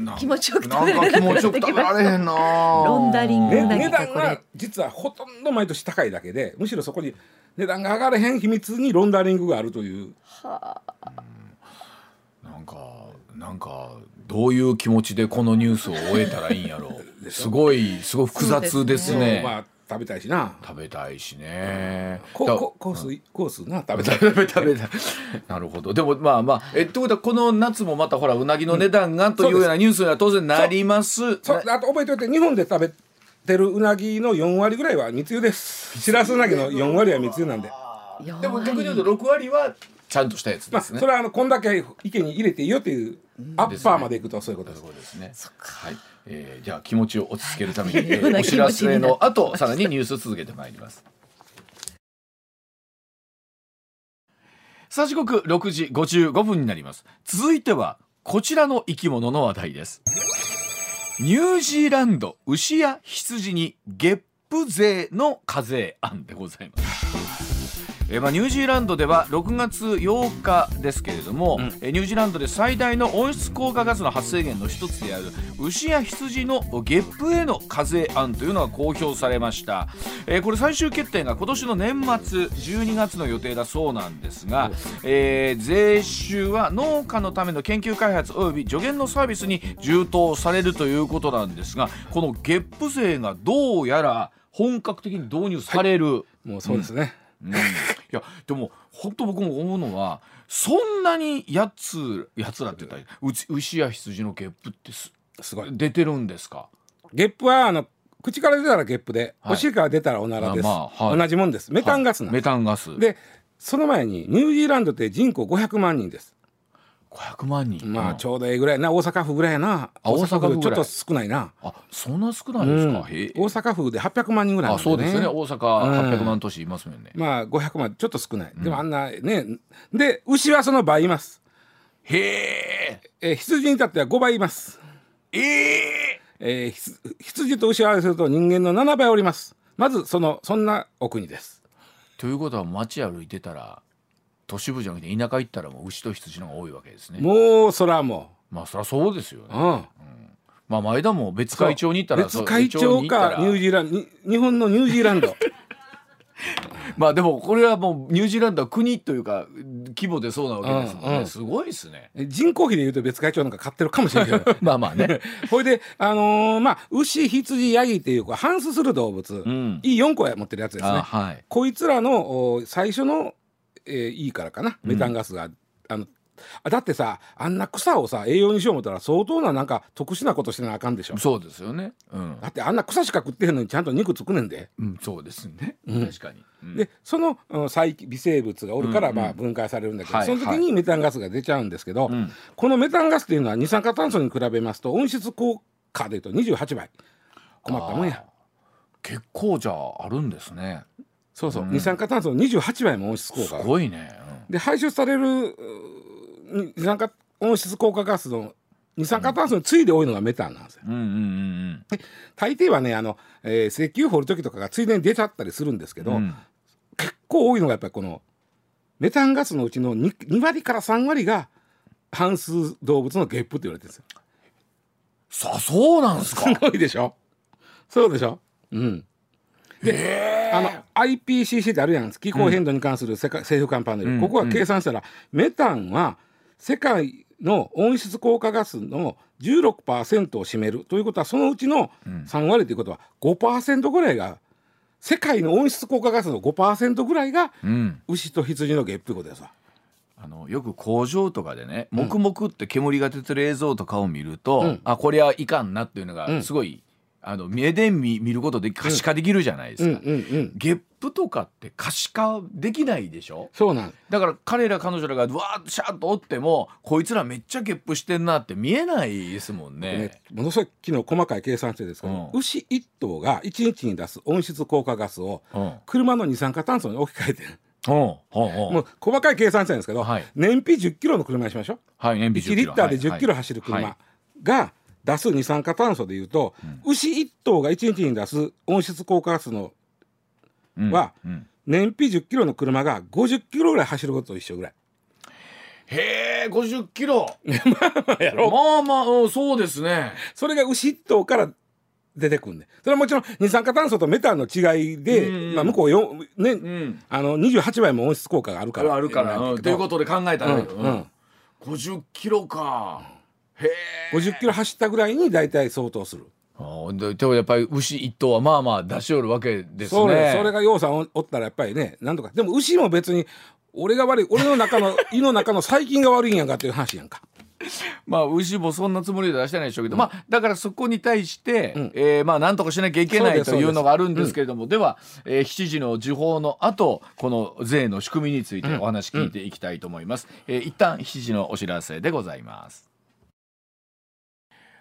[SPEAKER 1] な
[SPEAKER 4] 気持ちよく
[SPEAKER 1] な
[SPEAKER 4] 食
[SPEAKER 1] ん
[SPEAKER 4] べられ
[SPEAKER 1] か気
[SPEAKER 4] なく
[SPEAKER 1] 持
[SPEAKER 4] な
[SPEAKER 1] ちよ
[SPEAKER 4] っ
[SPEAKER 1] く
[SPEAKER 4] てき
[SPEAKER 1] 食べ
[SPEAKER 4] ま
[SPEAKER 1] ら
[SPEAKER 4] し
[SPEAKER 1] れへんなあ。
[SPEAKER 4] ロンダリング
[SPEAKER 3] ね
[SPEAKER 4] うなぎ
[SPEAKER 3] 値
[SPEAKER 4] か
[SPEAKER 3] 段
[SPEAKER 4] これ
[SPEAKER 3] が実はほとんど毎年高いだけでむしろそこに値段が上がれへん秘密にロンダリングがあるという
[SPEAKER 4] た。はあ
[SPEAKER 1] なんかなんかどういう気持ちでこのニュースを終えたらいいんやろ うすごいすごい複雑です
[SPEAKER 2] そう
[SPEAKER 1] ね
[SPEAKER 3] まあ食べたいしな
[SPEAKER 1] 食べたいしね
[SPEAKER 3] こ
[SPEAKER 1] だ
[SPEAKER 3] こコース、コースな食べたい
[SPEAKER 1] 食べた食べた なるほどでもまあまあえってことはこの夏もまたほらうなぎの値段がというようなニュースには当然なります
[SPEAKER 3] そう
[SPEAKER 1] な
[SPEAKER 3] あと覚えておいて日本で食べてるうなぎの4割ぐらいは密輸ですしらすうなぎの4割は密輸なんで
[SPEAKER 1] でも逆に言うと六割はちゃんとしたやつ
[SPEAKER 3] ま
[SPEAKER 1] で
[SPEAKER 3] あ
[SPEAKER 1] すね
[SPEAKER 3] それはあのこんだけ池に入れていいよっていうアッパーまでいくとそういうことです
[SPEAKER 1] そうですね
[SPEAKER 2] そっか
[SPEAKER 1] はい、えー、じゃあ気持ちを落ち着けるために、え
[SPEAKER 2] よう
[SPEAKER 1] ー
[SPEAKER 2] な
[SPEAKER 1] お知らせの
[SPEAKER 2] 気持ちになってき
[SPEAKER 1] 後
[SPEAKER 2] ました
[SPEAKER 1] さらにニュース続けてまいりますさあ時刻6時55分になります続いてはこちらの生き物の話題ですニュージーランド牛や羊にゲップ税の課税案でございますえーまあ、ニュージーランドでは6月8日ですけれども、えーニュージーランドで最大の温室効果ガスの発生源の一つである牛や羊のゲップへの課税案というのが公表されました、えーこれ最終決定が今年の年末12月の予定だそうなんですが、えー税収は農家のための研究開発および助言のサービスに充当されるということなんですがこのゲップ税がどうやら本格的に導入される、
[SPEAKER 3] もうそうですね、
[SPEAKER 1] うん、いやでも本当僕も思うのはそんなにやつやつらって言ったらうち牛や羊のゲップってす
[SPEAKER 3] すごい
[SPEAKER 1] 出てるんですか
[SPEAKER 3] ゲップはあの口から出たらゲップで、
[SPEAKER 1] はい
[SPEAKER 3] お尻から出たらおならです、
[SPEAKER 1] まあはい
[SPEAKER 3] 同じもんですメタンガス
[SPEAKER 1] は
[SPEAKER 3] な
[SPEAKER 1] い
[SPEAKER 3] んで
[SPEAKER 1] メタンガス
[SPEAKER 3] すでその前にニュージーランドって人口500万人です
[SPEAKER 1] 500万人
[SPEAKER 3] ま
[SPEAKER 1] う
[SPEAKER 3] あ
[SPEAKER 1] ん
[SPEAKER 3] ちょうどええぐらいやな大阪府ぐらいやな
[SPEAKER 1] あ大阪府ぐらい
[SPEAKER 3] ちょっと少ないな
[SPEAKER 1] あそんな少ないです
[SPEAKER 3] うん
[SPEAKER 1] か、へえ
[SPEAKER 3] 大阪府で800万人ぐらいな
[SPEAKER 1] あ
[SPEAKER 3] ん
[SPEAKER 1] そうですよね大阪
[SPEAKER 3] う
[SPEAKER 1] 800
[SPEAKER 3] ん
[SPEAKER 1] 万都市いますもんね、
[SPEAKER 3] まあ500万ちょっと少ない、でもあんなねで牛はその倍います、
[SPEAKER 1] へえ
[SPEAKER 3] えー羊に至っては5倍います、
[SPEAKER 1] ええ
[SPEAKER 3] えーひつ羊と牛を合わせると人間の7倍おりますまずそのそんなお国です
[SPEAKER 1] ということは街歩いてたら都市部じゃなくて田舎行ったらもう牛と羊の方が多いわけですね
[SPEAKER 3] もうそらも
[SPEAKER 1] まあそりゃそうですよ
[SPEAKER 3] う、
[SPEAKER 1] ね、
[SPEAKER 3] うん、
[SPEAKER 1] まあ前田も別会長に行ったら
[SPEAKER 3] 別会長かニュージーランドに日本のニュージーランド
[SPEAKER 1] まあでもこれはもうニュージーランドは国というか規模でそうなわけですもんね、
[SPEAKER 3] うんうん
[SPEAKER 1] すごいです ね
[SPEAKER 3] 人口比でいうと別会長なんか買ってるかもしれ ないけど
[SPEAKER 1] まあまあね
[SPEAKER 3] ほいであのーまあ牛羊ヤギっていうこう反芻する動物、
[SPEAKER 1] ん
[SPEAKER 3] いい4個持ってるやつです
[SPEAKER 1] あ
[SPEAKER 3] ね
[SPEAKER 1] はい
[SPEAKER 3] こいつらのお最初の、えー、いいからかなメタンガスが、あのあだってさあんな草をさ栄養にしよう思ったら相当ななんか特殊なことしてなあかんでしょ
[SPEAKER 1] そうですよねうん、
[SPEAKER 3] だってあんな草しか食ってへんのにちゃんと肉つくねんで。
[SPEAKER 1] うん、そうですね、
[SPEAKER 3] うん
[SPEAKER 1] 確かに、うん
[SPEAKER 3] でそのうん細微生物がおるから、
[SPEAKER 1] うんうん
[SPEAKER 3] まあ、分解されるんだけど、
[SPEAKER 1] はい
[SPEAKER 3] その時にメタンガスが出ちゃうんですけど、
[SPEAKER 1] うん
[SPEAKER 3] このメタンガスっていうのは二酸化炭素に比べますと温室効果でいうと28倍困ったもんや
[SPEAKER 1] あー結構じゃああるんですね
[SPEAKER 3] そうそう、
[SPEAKER 1] うん
[SPEAKER 3] 二酸化炭素の28倍も温室効
[SPEAKER 1] す
[SPEAKER 3] 果が
[SPEAKER 1] ごいね、
[SPEAKER 3] で排出されるう二酸化温室効果ガスの二酸化炭素に次いで多いのがメタンなんですよ。
[SPEAKER 1] うん、うんうんうん
[SPEAKER 3] 大抵はねあの、えー石油掘る時とかがついでに出ちゃったりするんですけ
[SPEAKER 1] う
[SPEAKER 3] ど、
[SPEAKER 1] んうん
[SPEAKER 3] 結構多いのがやっぱりこのメタンガスのうちの 2, 2割から3割が半数動物のゲップって言われてるんですよ。
[SPEAKER 1] さあそうなん ですか
[SPEAKER 3] すごいでしょそうでしょうん。で、あの IPCC ってあるやん気候変動に関する世界、政府間パネル、
[SPEAKER 1] うん
[SPEAKER 3] ここは計算したら、メタンは世界の温室効果ガスの16%を占めるということはそのうちの3割ということは5%ぐらいが世界の温室効果ガスの5%ぐらいが
[SPEAKER 1] うん
[SPEAKER 3] 牛と羊のゲップことでさ。
[SPEAKER 1] あのよく工場とかでね黙々って煙が出てる映像とかを見ると、
[SPEAKER 3] うん
[SPEAKER 1] あこれはいかんなっていうの
[SPEAKER 3] う
[SPEAKER 1] が
[SPEAKER 3] ん
[SPEAKER 1] すごい、あの目で見見ることで可視化できるじゃないです
[SPEAKER 3] うん
[SPEAKER 1] か、
[SPEAKER 3] うんうん。
[SPEAKER 1] ゲップとかって可視化できないでしょ
[SPEAKER 3] そうなん
[SPEAKER 1] だから彼ら彼女らがわーっとシャーッとおってもこいつらめっちゃゲップしてんなって見えないですもんね。
[SPEAKER 3] ね、ものすごい昨日細かい計算してですけど、
[SPEAKER 1] うん
[SPEAKER 3] 牛1頭が1日に出す温室効果ガスを
[SPEAKER 1] うん、うん、
[SPEAKER 3] 車の二酸化炭素に置き換えてる、
[SPEAKER 1] うん、う
[SPEAKER 3] も
[SPEAKER 1] ん
[SPEAKER 3] う細かい計算してるんですけど、
[SPEAKER 1] はい
[SPEAKER 3] 燃費10キロの車にしましょ
[SPEAKER 1] はい、
[SPEAKER 3] う
[SPEAKER 1] 鉛
[SPEAKER 3] 1
[SPEAKER 1] 筆
[SPEAKER 3] リッターで
[SPEAKER 1] は
[SPEAKER 3] 10
[SPEAKER 1] い
[SPEAKER 3] キロ走る車
[SPEAKER 1] はい
[SPEAKER 3] が出す二酸化炭素でいうと、牛1頭が1日に出す温室効果ガスの
[SPEAKER 1] うん
[SPEAKER 3] は
[SPEAKER 1] うん
[SPEAKER 3] 燃費10キロの車が50キロぐらい走ることと一緒ぐらい。
[SPEAKER 1] へえ、五十キ ロ。まあまあ、うんそうですね。
[SPEAKER 3] それが牛一頭から出てくるね。それはもちろん二酸化炭素とメタンの違いで、
[SPEAKER 1] うん
[SPEAKER 3] まあ向こうよね、
[SPEAKER 1] ん
[SPEAKER 3] あの二十八倍も温室効果があるから。
[SPEAKER 1] あるから、うんということとで考えたら、
[SPEAKER 3] うんうん
[SPEAKER 1] 50キロか、
[SPEAKER 3] 50キロ走ったぐらいに大体相当する
[SPEAKER 1] ああででもやっぱり牛一頭はまあまあ出しおるわけです
[SPEAKER 3] そうね
[SPEAKER 1] ね。
[SPEAKER 3] それが楊さんおおったらやっぱりねなんとかでも牛も別に俺が悪い俺の中の 胃の中の細菌が悪いんやんかっていう話やんか
[SPEAKER 1] まあ牛もそんなつもりで出してないでしょうけど、まあだからそこに対して、
[SPEAKER 3] うん
[SPEAKER 1] えーまあなんとかしなきゃいけないと
[SPEAKER 3] そうです
[SPEAKER 1] いうのがあるんですけれども、では、えー7時の時報の後この税の仕組みについてお話聞いていきたいと思います。えー一旦7時のお知らせでございます。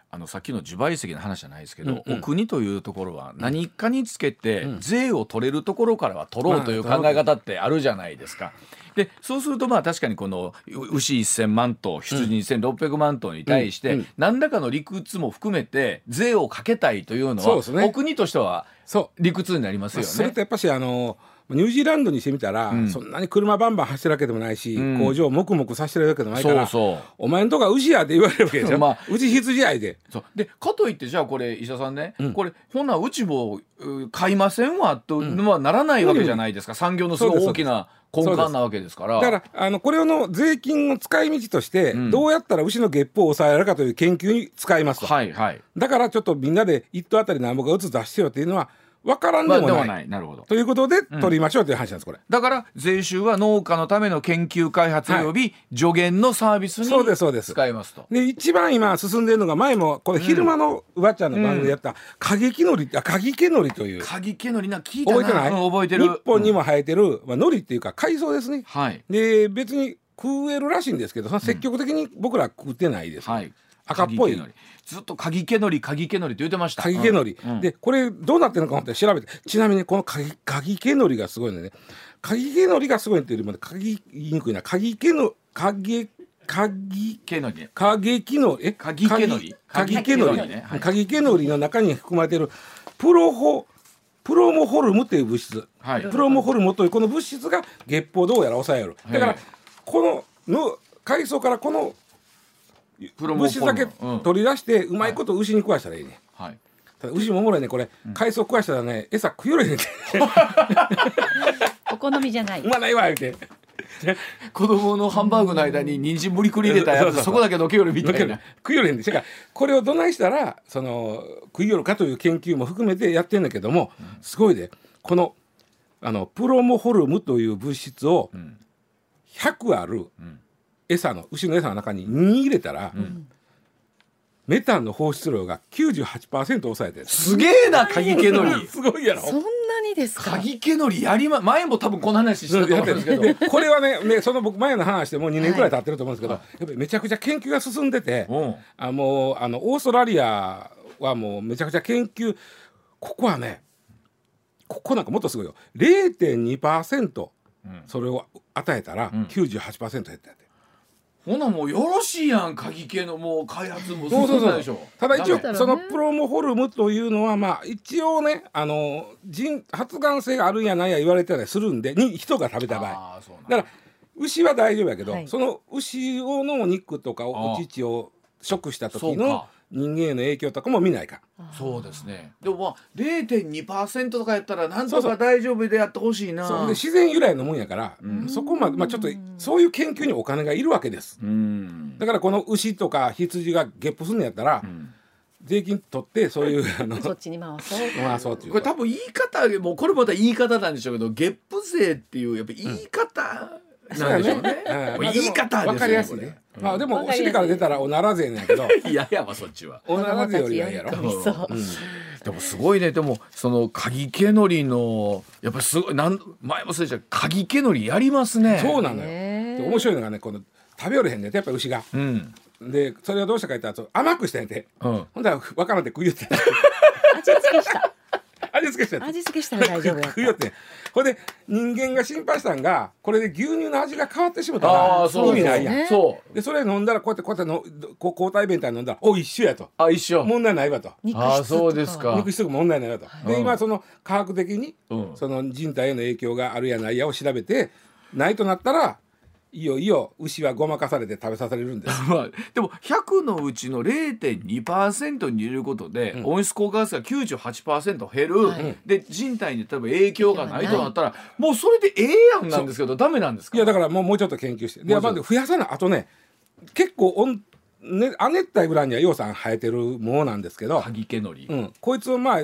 [SPEAKER 1] あのさっきの自賠責の話じゃないですけど、
[SPEAKER 3] うんうん
[SPEAKER 1] お国というところは何かにつけて
[SPEAKER 3] うん
[SPEAKER 1] 税を取れるところからは取ろうという
[SPEAKER 3] まあ
[SPEAKER 1] 考え方ってあるじゃないですか。でそうするとまあ確かにこのう牛1,000万頭羊2,600万頭に対し
[SPEAKER 3] う
[SPEAKER 1] て
[SPEAKER 3] んうん
[SPEAKER 1] 何らかの理屈も含めて税をかけたいというの
[SPEAKER 3] そう
[SPEAKER 1] は
[SPEAKER 3] ですね
[SPEAKER 1] お国としては
[SPEAKER 3] そ
[SPEAKER 1] 理屈になりま
[SPEAKER 3] う
[SPEAKER 1] すよ
[SPEAKER 3] それ
[SPEAKER 1] ね
[SPEAKER 3] と。やっぱしあのニュージーランドにしてみたら、
[SPEAKER 1] うん
[SPEAKER 3] そんなに車バンバン走ってるわけでもないし、
[SPEAKER 1] うん
[SPEAKER 3] 工場をもくもくさせてるわけでもないか
[SPEAKER 1] そう
[SPEAKER 3] ら
[SPEAKER 1] そう
[SPEAKER 3] お前んとこは牛やで言われるわけでし ょ、
[SPEAKER 1] まあ
[SPEAKER 3] うち羊やいで
[SPEAKER 1] そうでかといってじゃあこれ医者さんね、
[SPEAKER 3] うん
[SPEAKER 1] これほなうちもう買いませんわとはならないわけじゃないですか、産業のすごい大きな根幹なわけですから。
[SPEAKER 3] だからあのこれの税金の使い道として、
[SPEAKER 1] うん
[SPEAKER 3] どうやったら牛のゲップを抑えられるかという研究に使いますと、
[SPEAKER 1] はいはい。
[SPEAKER 3] だからちょっとみんなで一頭あたり何ぼかうつ出してよっていうのは分からんで
[SPEAKER 1] まあ、
[SPEAKER 3] も
[SPEAKER 1] で
[SPEAKER 3] ない,、
[SPEAKER 1] もない。なるほど。
[SPEAKER 3] ということで取りましょうという話なんですこれ、
[SPEAKER 1] だから税収は農家のための研究開発及び助言のサービス
[SPEAKER 3] そうですそう
[SPEAKER 1] に
[SPEAKER 3] です
[SPEAKER 1] 使いますと。
[SPEAKER 3] で一番今進んでるのが前もこれ昼間のうばちゃんの番組でやった過激のりあ過激のりという
[SPEAKER 1] 鍵毛のりな聞いたな
[SPEAKER 3] 覚えてない、
[SPEAKER 1] うん覚えてる。
[SPEAKER 3] 日本に
[SPEAKER 1] うん
[SPEAKER 3] も生えてる、まあ、のりっていうか海藻ですね
[SPEAKER 1] はい
[SPEAKER 3] で別に食えるらしいんですけどその積極的に僕ら食ってないです、
[SPEAKER 1] はい
[SPEAKER 3] 赤っぽ
[SPEAKER 1] 鍵
[SPEAKER 3] い
[SPEAKER 1] 毛のりずっと鍵毛のり鍵毛のりって言ってました。
[SPEAKER 3] カギケノリ、
[SPEAKER 1] うんうん
[SPEAKER 3] でこれどうなってるのか思って調べてちなみにこのカギカギケノリがすごいのねカギケノリがすごいっていうよりもカギ言いにくいなカギケノカギカギ
[SPEAKER 1] 毛のり。
[SPEAKER 3] カゲキノえ
[SPEAKER 1] カギケノリ
[SPEAKER 3] カギケノ
[SPEAKER 1] カギケノリね
[SPEAKER 3] リ
[SPEAKER 1] はい
[SPEAKER 3] カギケノリの中に含まれているプロホプロモホルムという物質、
[SPEAKER 1] はい
[SPEAKER 3] プロモホルムというこの物質が月報をどうやら抑えるだか
[SPEAKER 1] へ
[SPEAKER 3] ら
[SPEAKER 1] え
[SPEAKER 3] このの海藻からこの
[SPEAKER 1] プロモ
[SPEAKER 3] 物
[SPEAKER 1] ーシ
[SPEAKER 3] 質
[SPEAKER 1] ョ
[SPEAKER 3] だ
[SPEAKER 1] ン
[SPEAKER 3] け
[SPEAKER 1] うん
[SPEAKER 3] 取り出してうまいこと牛に食わしたらいいね、
[SPEAKER 1] はい。
[SPEAKER 3] ただ牛もおもろいねこれ、海藻食わしたらね餌食よれへん って。
[SPEAKER 2] お好みじゃないう
[SPEAKER 3] まないわ言うて
[SPEAKER 1] 子供のハンバーグの間に人参無理くり入れた
[SPEAKER 3] そ
[SPEAKER 1] や
[SPEAKER 3] うそう
[SPEAKER 1] つ
[SPEAKER 3] そう
[SPEAKER 1] そこだけのけよるみた
[SPEAKER 3] 食
[SPEAKER 1] いな。
[SPEAKER 3] よれへんでだからこれをどないしたらその食いよるかという研究も含めてやってんだけども、すごいでこのあのプロモホルムという物質を
[SPEAKER 1] ん
[SPEAKER 3] 100ある
[SPEAKER 1] ん
[SPEAKER 3] 餌の牛の餌の中に2入れたら、メタンの放出量が98%抑えてる
[SPEAKER 1] すげえな鍵毛のり。
[SPEAKER 3] すごいやろ
[SPEAKER 4] そんなにですか。
[SPEAKER 1] 鍵毛のりやりま前も多分この話したと思うんですけど。
[SPEAKER 3] でこれはねねその僕前の話でもう2年くらい経ってると思うんですけど、やっぱりめちゃくちゃ研究が進んでて
[SPEAKER 1] うん。
[SPEAKER 3] あもうあのオーストラリアはもうめちゃくちゃ研究ここはねここなんかもっとすごいよ0.2%
[SPEAKER 1] うん
[SPEAKER 3] それを与えたら
[SPEAKER 1] うん
[SPEAKER 3] 98%減ったんやて、
[SPEAKER 1] ほなもうよろしいやん鍵系のもう開発も
[SPEAKER 3] そうそ
[SPEAKER 1] 進ん
[SPEAKER 3] うそう
[SPEAKER 1] だでしょ
[SPEAKER 3] ただ一
[SPEAKER 1] ダメ
[SPEAKER 3] 応そのプロモホルムというのはまあ一応ねあの人発がん性があるんやないや言われてたりするんでに人が食べた場合
[SPEAKER 1] あーそうなんだ
[SPEAKER 3] だから牛は大丈夫やけど、
[SPEAKER 4] はい
[SPEAKER 3] その牛をのお肉とかおお乳を食した
[SPEAKER 1] そ
[SPEAKER 3] 時
[SPEAKER 1] う
[SPEAKER 3] の
[SPEAKER 1] か
[SPEAKER 3] 人間への影響とかも見ないか
[SPEAKER 1] そうですねでもまあ0.2%とかやったらなんと
[SPEAKER 3] そうそ
[SPEAKER 1] か
[SPEAKER 3] う
[SPEAKER 1] 大丈夫でやってほしいな
[SPEAKER 3] そうで自然由来のもんやから、
[SPEAKER 1] うん
[SPEAKER 3] そこまで、まあ、ちょっとそういう研究にお金がいるわけです
[SPEAKER 1] うん
[SPEAKER 3] だからこの牛とか羊がゲップするんやったら、
[SPEAKER 1] うん
[SPEAKER 3] 税金取ってそういうあの
[SPEAKER 4] そっちに回そう。
[SPEAKER 3] まあそうっていう
[SPEAKER 1] これ多分言い方もうこれまた言い方なんでしょうけどゲップ税っていうやっぱ言い方なんでしょうね
[SPEAKER 3] そうやねうん
[SPEAKER 1] もう言い方ですよ
[SPEAKER 3] わかりやすいね、
[SPEAKER 1] これ
[SPEAKER 3] まあでも
[SPEAKER 4] わ
[SPEAKER 3] お
[SPEAKER 4] かりやすい
[SPEAKER 3] 尻から出たらおなら税なんやけ ど
[SPEAKER 1] いやいやまあそっちは
[SPEAKER 3] おなら税よりはいいやろ
[SPEAKER 4] 子供たち喜びそ う
[SPEAKER 3] うん
[SPEAKER 1] でもすごいねでもその鍵毛のりのやっぱりすごいなん前もそうでしたけど鍵毛のりやりますね
[SPEAKER 3] そう
[SPEAKER 1] う
[SPEAKER 3] なのよ、
[SPEAKER 4] ね
[SPEAKER 3] で面白いのがねこの食べよれへんねんてやっぱり牛が
[SPEAKER 1] うん
[SPEAKER 3] でそれをどうしたか言ったらそう甘くしたんやて
[SPEAKER 1] うん
[SPEAKER 3] ほんだらわからんって食いよって
[SPEAKER 4] 味付けした。
[SPEAKER 3] 味付けした
[SPEAKER 4] 味付けしたら大丈 夫やっ
[SPEAKER 3] 食いよってほんで人間が心配したんがこれで牛乳の味が変わってしもた
[SPEAKER 1] ああ
[SPEAKER 3] ら
[SPEAKER 1] そう
[SPEAKER 3] 意味ないやん
[SPEAKER 4] ね
[SPEAKER 1] そう
[SPEAKER 3] でそれ飲んだらこうやってこうやってのこう抗体弁みたいに飲んだら「お一緒や」と
[SPEAKER 1] あ一
[SPEAKER 3] 「
[SPEAKER 1] 緒
[SPEAKER 3] 問題ないわ」と
[SPEAKER 4] 肉質
[SPEAKER 1] あーそう
[SPEAKER 4] と
[SPEAKER 1] ですか
[SPEAKER 3] 「肉質も問題ないわ」と。
[SPEAKER 1] うん
[SPEAKER 3] で今その科学的に
[SPEAKER 1] うん
[SPEAKER 3] その人体への影響があるやないやを調べてないとなったらいよいよ牛はごまかされて食べさせれるんです。
[SPEAKER 1] まあ、でも100のうちの0.2%にいることで、
[SPEAKER 3] うん
[SPEAKER 1] 温室効果ガスが98%減る、
[SPEAKER 4] はい
[SPEAKER 1] で人体に多分影響がないとなったらもうそれでええやんなんですけどダメなんですか
[SPEAKER 3] いやだからもうもうちょっと研究してで
[SPEAKER 1] もうちょっ
[SPEAKER 3] ま
[SPEAKER 1] と
[SPEAKER 3] ず増やさないあとね結構温ね、亜熱帯ぐらいには洋さん生えてるものなんですけど、
[SPEAKER 1] はぎけのり、
[SPEAKER 3] うん、こいつをまあ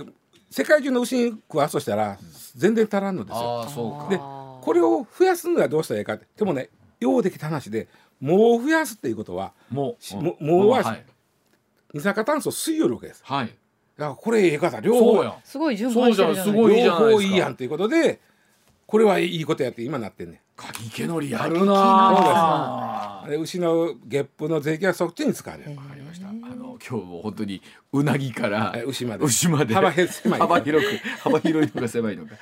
[SPEAKER 3] 世界中の牛に食わすとしたら全然足らんのですよ。
[SPEAKER 1] ああそう
[SPEAKER 3] で
[SPEAKER 1] か
[SPEAKER 3] これを増やすにはどうしたらいいかってでもねようできた話で藻を増やすっていうことは
[SPEAKER 1] も
[SPEAKER 3] し
[SPEAKER 1] う
[SPEAKER 3] も
[SPEAKER 1] うん
[SPEAKER 3] もうは
[SPEAKER 1] はい、
[SPEAKER 3] 二酸化炭素を吸い寄るわけです。
[SPEAKER 1] はい、
[SPEAKER 3] だからこれええ方両
[SPEAKER 1] そう
[SPEAKER 3] 方
[SPEAKER 1] やん
[SPEAKER 4] すごい順番してるじゃない
[SPEAKER 1] そうじゃんすごいじゃないですか
[SPEAKER 3] 両方いいやんということでこれはいいことやって今なってんねん
[SPEAKER 1] かぎけのりやるな
[SPEAKER 4] かぎけのり
[SPEAKER 1] あ
[SPEAKER 3] あれ牛のゲップの税金はそっちに使われる
[SPEAKER 4] へえ
[SPEAKER 1] わかりましたあの今日も本当にうなぎから
[SPEAKER 3] え牛まで
[SPEAKER 1] 牛まで
[SPEAKER 3] 幅へ狭い
[SPEAKER 1] 幅広く幅広いのか狭いのか